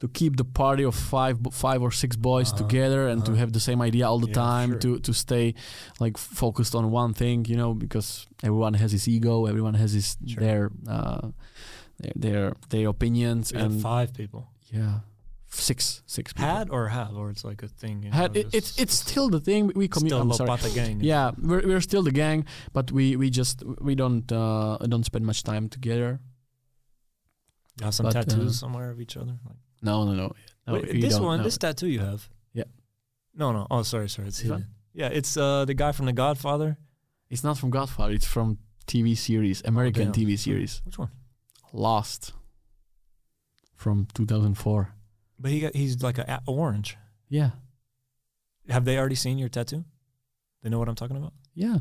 C: to keep the party of five bo- five or six boys
A: Uh-huh,
C: together and to
A: uh-huh.
C: have the same idea all the
A: Yeah,
C: time
A: sure.
C: to to stay like focused on one thing you know because everyone has his ego everyone has his
A: Sure.
C: their, uh, their their their opinions
A: We had
C: and
A: five people.
C: yeah. six six people.
A: Had or have, or it's like a thing. You
C: Had-
A: know,
C: it, it's
A: just
C: it's still the thing we commu-
A: still
C: I'm
A: La
C: sorry.
A: Pata gang.
C: Yeah, we're, we're still the gang, but we, we just we don't uh, don't spend much time together.
A: Have some
C: But, uh,
A: tattoos somewhere of each other. Like,
C: No, no, no. no
A: Wait,
C: you
A: this
C: don't,
A: one,
C: no.
A: this tattoo you have.
C: Yeah.
A: No, no. Oh, sorry, sorry. It's
C: This one?
A: hidden. Yeah, it's uh, the guy from The Godfather.
C: It's not from Godfather. It's from TV series, American
A: Oh, damn.
C: TV series,
A: Which one?
C: Lost, from 2004.
A: But he got he's like a, a orange.
C: Yeah,
A: Have they already seen your tattoo? They know what I'm talking about.
C: yeah.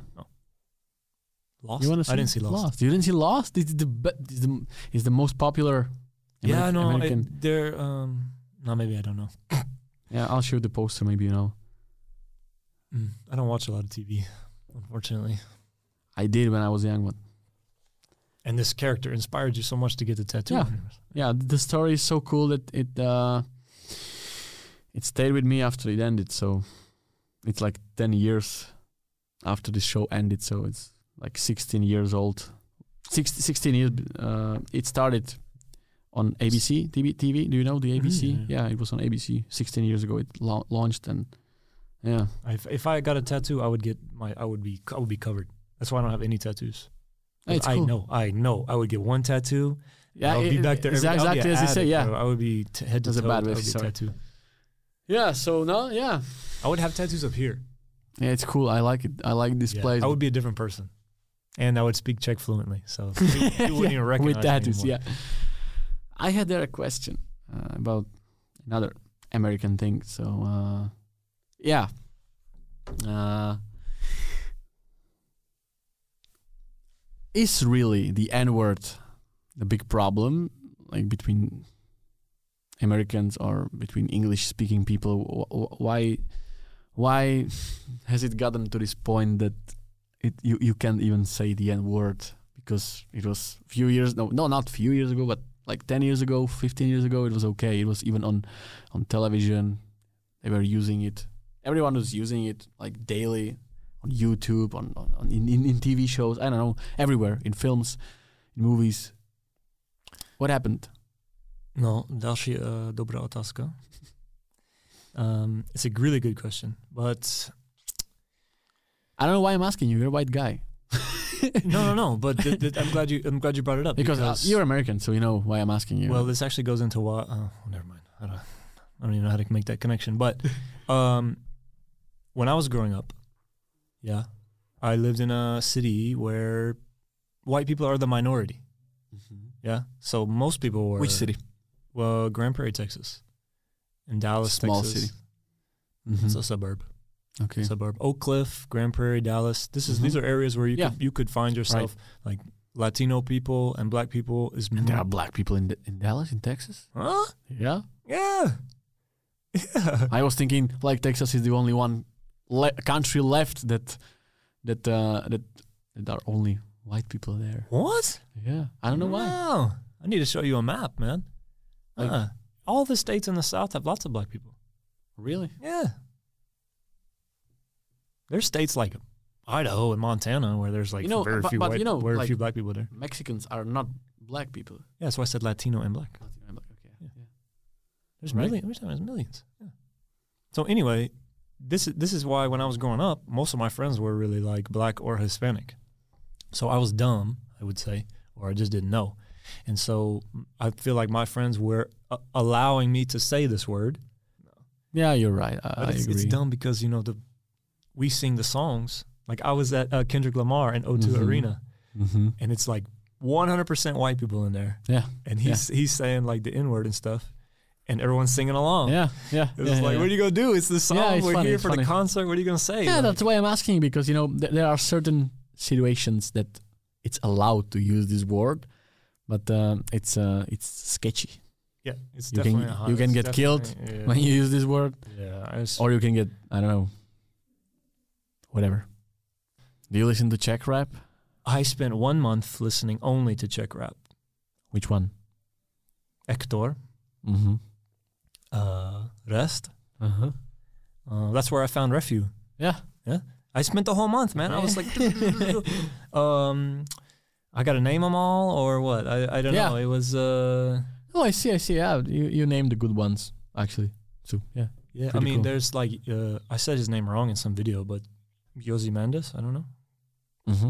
A: Lost.
C: You want to see?
A: I didn't see Lost.
C: You didn't see Lost? It's the be- it's the, it's the most popular.
A: Yeah,
C: Ameri-
A: no,
C: American.
A: It, they're um. No, maybe I don't know.
C: yeah, I'll show you the poster. Maybe you know.
A: Mm, I don't watch a lot of TV, unfortunately.
C: I did when I was young, but
A: And this character inspired you so much to get the tattoo.
C: Yeah. yeah, th- the story is so cool that it uh, it stayed with me after it ended. So it's like ten years after the show ended. So it's like sixteen years old. Six, 16 years. b- Uh, it started on ABC TV. TV. Do you know the ABC?
A: Mm, yeah,
C: yeah. it was on ABC. Sixteen years ago, it lau- launched, and yeah.
A: If, if I got a tattoo, I would get my. I would be. I would be covered. That's why I don't have any tattoos. 'Cause
C: It's
A: I
C: cool.
A: know. I know. I would get one tattoo.
C: Yeah,
A: I'll be
C: it-
A: back there.
C: it's
A: every- I'll be
C: exactly
A: an
C: as you say.
A: addict,
C: Yeah,
A: bro. I would be t- head to
C: That's a
A: toe.
C: bad way
A: I
C: to
A: would be
C: start.
A: tattooed.
C: yeah. So no, yeah,
A: I would have tattoos up here.
C: yeah. It's cool. I like it. I like this
A: Yeah.
C: place.
A: I would be a different person, and I would speak Czech fluently. So you, you wouldn't
C: Yeah,
A: even recognize
C: with
A: me
C: tattoos.
A: anymore.
C: Yeah, I had there a question uh, about another American thing. So uh, yeah, uh, is really the N word the big problem, like between Americans or between English speaking people? Wh- wh- Why, why has it gotten to this point that it you, you can't even say the N word because it was few years no no not few years ago but like 10 years ago 15 years ago it was okay it was even on on television they were using it everyone was using it like daily on youtube on, on, on in, in, in tv shows i don't know everywhere in films in movies what happened
A: No, další uh, dobrá otázka. Um, it's a really good question, but
C: i don't know why i'm asking you you're a white guy
A: no, no, no. But th- th- I'm glad you. I'm glad you brought it up
C: because, uh, you're american so you know why i'm asking you
A: Well, this actually goes into why. Oh, never mind. I don't, I don't even know how to make that connection. But um, when I was growing up, yeah, I lived in a city where white people are the minority.
C: Mm-hmm.
A: Yeah, so most people were
C: which city
A: Well, Grand Prairie, Texas, in Dallas,
C: Small
A: Texas.
C: city.
A: It's
C: Mhm.
A: a suburb.
C: okay
A: Suburb. Oak Cliff, Grand Prairie, Dallas. This is
C: Mhm.
A: these are areas where you
C: Yeah.
A: could you could find yourself like Latino people and black people is
C: and there are
A: m-
C: black people in, D- in dallas in texas
A: huh?
C: mm-hmm. yeah
A: Yeah. Yeah.
C: I was thinking like Texas is the only one le- country left that that uh, that that are only white people there.
A: What?
C: Yeah, I don't know why.
A: No. I need to show you a map, man.
C: Like-
A: Uh-uh. all the states in the South have lots of black people.
C: Really?
A: Yeah. There's states like Idaho and Montana where there's like
C: You know,
A: very
C: but-
A: few
C: but
A: white,
C: you know,
A: very
C: like-
A: few black people there.
C: Mexicans are not black people.
A: Yeah, that's why I said Latino and black.
C: Not even black, Okay.
A: Yeah.
C: yeah.
A: There's
C: Right.
A: millions. There's millions. Yeah. So anyway, this is this is why when I was growing up, most of my friends were really like black or Hispanic. So I was dumb, I would say, or I just didn't know. And so I feel like my friends were uh, allowing me to say this word.
C: Yeah, you're right. I,
A: But
C: I
A: it's,
C: agree.
A: it's dumb because you know the we sing the songs. Like I was at uh, Kendrick Lamar in O2
C: Mhm.
A: Arena,
C: hmm
A: and it's like 100% white people in there,
C: Yeah,
A: and he's he's saying like the N word and stuff, and everyone's singing along.
C: yeah, yeah.
A: It was
C: yeah,
A: like,
C: yeah.
A: what are you gonna do? It's the song.
C: Yeah, it's
A: We're
C: funny,
A: here
C: it's
A: for
C: funny.
A: the concert. What are you gonna say?
C: yeah,
A: Like,
C: that's why I'm asking because you know th- there are certain situations that it's allowed to use this word, but um, it's uh, it's sketchy
A: yeah, it's
C: you can-
A: definitely a hot-
C: you can
A: it's
C: get killed
A: definitely-
C: when you use this word.
A: Yeah, yeah I s-
C: or you can get I don't know, whatever. Do you listen to Czech rap?
A: I spent one month listening only to Czech rap.
C: Which one?
A: Ektor,
C: Mm-hmm.
A: uh, Rest.
C: Uh
A: Uh-huh.
C: huh.
A: Uh, that's where I found refuge.
C: Yeah.
A: I spent the whole month, man. I was like, um, I got to name them all or what? I, I don't
C: Yeah.
A: know. It was uh,
C: Oh, I see. I see. Yeah, you you named the good ones. actually. So yeah,
A: Yeah, I
C: Pretty
A: mean,
C: cool.
A: there's like uh, I said his name wrong in some video, but Yosi Mendes. I don't know.
B: Mm-hmm.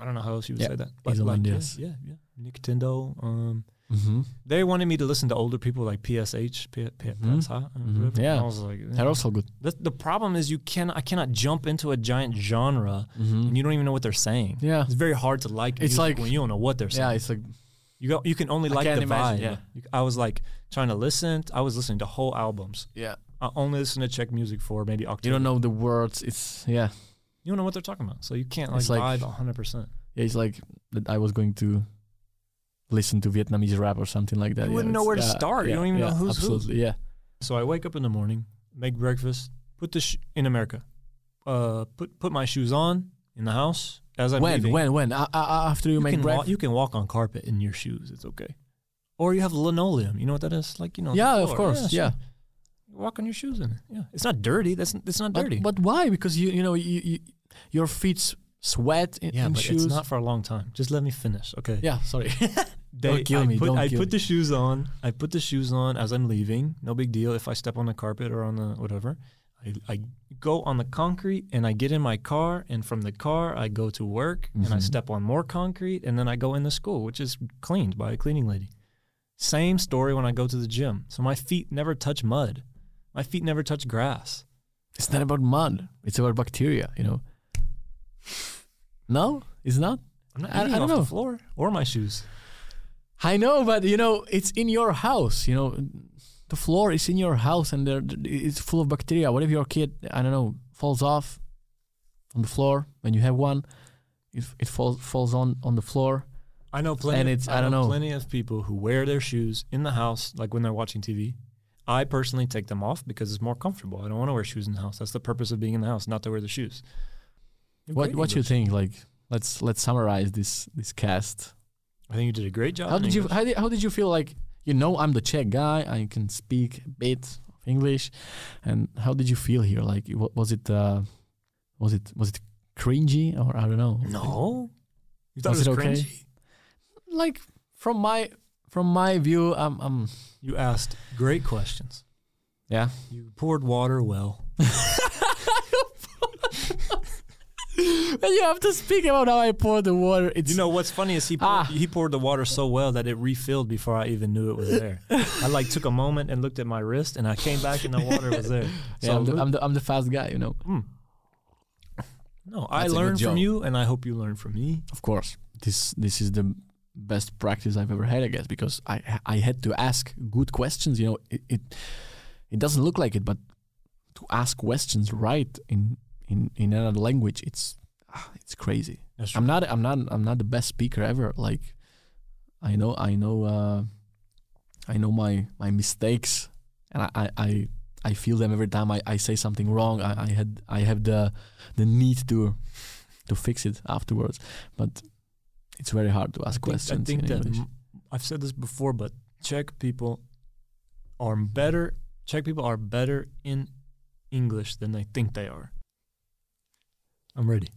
A: I don't know how else you would
C: Yeah,
A: say that. But
C: he's a
A: like, yeah,
C: Mendes.
A: yeah, yeah. Nick Tindall. Um,
B: Mm-hmm.
A: they wanted me to listen to older people like PSH, P- P-
B: Mhm.
A: PSH, uh,
B: Mhm.
A: whatever.
C: Mm-hmm. Yeah.
A: I was like, eh.
C: they're also good.
A: the, the problem is you can I cannot jump into a giant genre
B: Mm-hmm.
A: and you don't even know what they're saying.
C: Mm. Yeah,
A: It's very hard to like.
C: It's
A: music
C: like-
A: when you don't know what they're saying.
C: yeah, it's like
A: You go, you can only
C: I
A: like
C: can't
A: the
C: imagine,
A: vibe.
C: yeah.
A: You- I was like trying to listen. I was listening to whole albums.
C: yeah.
A: I only listen to Czech music for maybe October.
C: You don't know the words. It's yeah,
A: You don't know what they're talking about, so you can't
C: It's
A: like, like
C: like-
A: vibe 100. percent
C: yeah. It's like that I was going to listen to Vietnamese rap or something like that.
A: You
C: yeah,
A: wouldn't know
C: it's-
A: where to
C: yeah,
A: start. You
C: yeah,
A: don't even
C: yeah,
A: know who's who.
C: absolutely, Yeah,
A: So I wake up in the morning, make breakfast, put the sh- in America, uh, put put my shoes on in the house as I'm
C: when
A: leaving.
C: when when A- a- a- after you,
A: you
C: make
A: can
C: breakfast.
A: walk, you can walk on carpet in your shoes. It's okay. Or you have linoleum. You know what that is? Like you know. on the
C: Yeah, of
A: floor.
C: course.
A: sure.
C: Yeah,
A: Walk on your shoes in it. Yeah, it's not dirty. That's it's not dirty.
C: But, but why? Because you you know you, you your feet s- sweat in,
A: yeah,
C: in
A: but
C: shoes.
A: it's not for a long time. Just let me finish, okay?
C: yeah, sorry.
A: They-
C: Don't kill
A: I
C: me,
A: Put,
C: don't
A: I
C: kill
A: put
C: me.
A: the shoes on. I put the shoes on as I'm leaving. No big deal if I step on the carpet or on the whatever. I, I go on the concrete and I get in my car, and from the car I go to work and I
C: Mm-hmm.
B: Mhm.
A: step on more concrete, and then I go in the school, which is cleaned by a cleaning lady. Same story when I go to the gym. So my feet never touch mud. My feet never touch grass.
C: It's not about mud. It's about bacteria. You know. No, it's not.
A: I'm not
C: I- I
A: eating
C: don't
A: off
C: know.
A: the floor or my shoes.
C: I know, but you know it's in your house. You know, the floor is in your house, and there it's full of bacteria. What if your kid, I don't know, falls off on the floor when you have one? It it falls falls on on the floor.
A: I know plenty.
C: And
A: of-
C: it's- I don't know.
A: Plenty of people who wear their shoes in the house, like when they're watching TV. I personally take them off because it's more comfortable. I don't want to wear shoes in the house. That's the purpose of being in the house, not to wear the shoes. You're
C: What
A: great
C: what you
A: English.
C: think? Like let's let's summarize this this cast.
A: I think you did a great job.
C: How
A: in
C: did you
A: English.
C: how did, how did you feel like you know I'm the Czech guy I can speak a bit of English and how did you feel here like wa- was it uh, was it was it cringy or I don't know
A: No. You thought
C: was
A: it
C: it
A: was
C: okay
A: cringy?
C: like from my from my view I'm I'm
A: You asked great questions.
C: yeah
A: You poured water well.
C: but you have to speak about how I pour the water it's
A: You know what's funny is he poured,
C: Ah.
A: he poured the water so well that it refilled before I even knew it was there. I like took a moment and looked at my wrist, and I came back and the water was there.
C: yeah, I'm, the, I'm the I'm the fast guy you know
A: No, I
C: Hmm. That's a good
A: learned
C: joke.
A: from you, and I hope you learn from me.
C: of course this this is the best practice I've ever had I guess because I I had to ask good questions you know it it, it doesn't look like it but to ask questions right in in in another language it's ah, it's crazy
A: That's
C: I'm not I'm not I'm not the best speaker ever like I know I know uh I know my my mistakes and I I, I I feel them every time I, I say something wrong. I, I had I have the the need to to fix it afterwards, but it's very hard to
A: I
C: ask
A: think-
C: questions
A: I think
C: in
A: that
C: English.
A: m- I've said this before, but Czech people are better. Czech people are better in English than they think they are. I'm ready.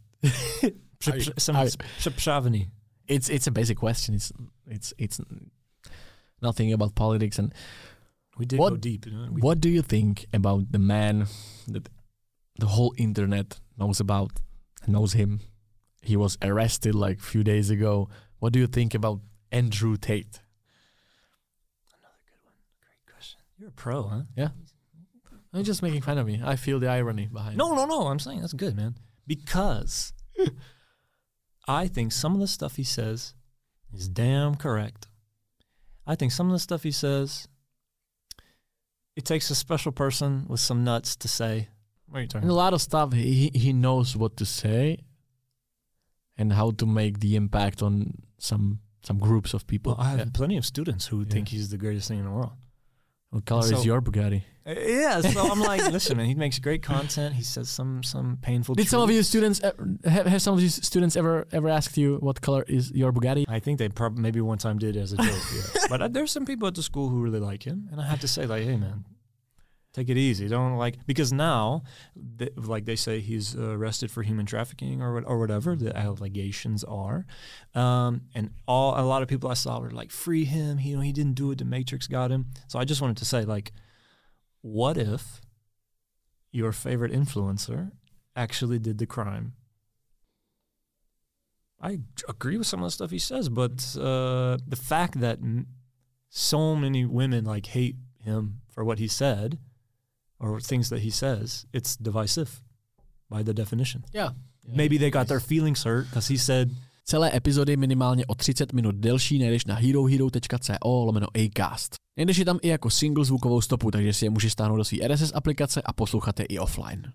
A: Přep-
C: Are you-
A: some
C: are-
A: s- přepřávení.
C: It's it's a basic question. It's it's it's nothing about politics. And
A: We did
C: What-
A: go deep. you know, we-
C: what do you think about the man that the whole internet knows about? Knows him. He was arrested like a few days ago. What do you think about Andrew Tate?
A: You're a pro, huh?
C: I'm just making fun of me. I feel the irony behind.
A: No, no, no. I'm saying that's good, man. Because I think some of the stuff he says is damn correct. I think some of the stuff he says, it takes a special person with some nuts to say. What are you talking
C: And a lot of stuff he he knows what to say and how to make the impact on some some groups of people.
A: Well, I have
C: Yeah.
A: plenty of students who
C: Yeah.
A: think he's the greatest thing in the world.
C: What color
A: so-
C: is your Bugatti?
A: Uh, Yeah, so I'm like, listen, man, he makes great content. He says some some painful.
C: Did some of
A: truth.
C: you students e- have, have some of you students ever ever asked you what color is your Bugatti?
A: I think they probably maybe one time did as a joke. Yeah. but uh, there's some people at the school who really like him, and I have to say, like, hey man, take it easy. Don't like because now, th like they say, he's uh, arrested for human trafficking or what, or whatever the allegations are, um, and all a lot of people I saw were like, free him. He, you know, he didn't do it. The Matrix got him. So I just wanted to say, like, what if your favorite influencer actually did the crime? I j- agree with some of the stuff he says, but uh, the fact that m- so many women like hate him for what he said or things that he says, it's divisive by the definition.
C: Yeah.
A: Maybe they got their feelings hurt because he said
C: Celé epizody minimálně o 30 minut delší najdeš na herohero.co lomeno acast. Najdeš je tam i jako single zvukovou stopu, takže si je můžeš stáhnout do své RSS aplikace a poslouchat je i offline.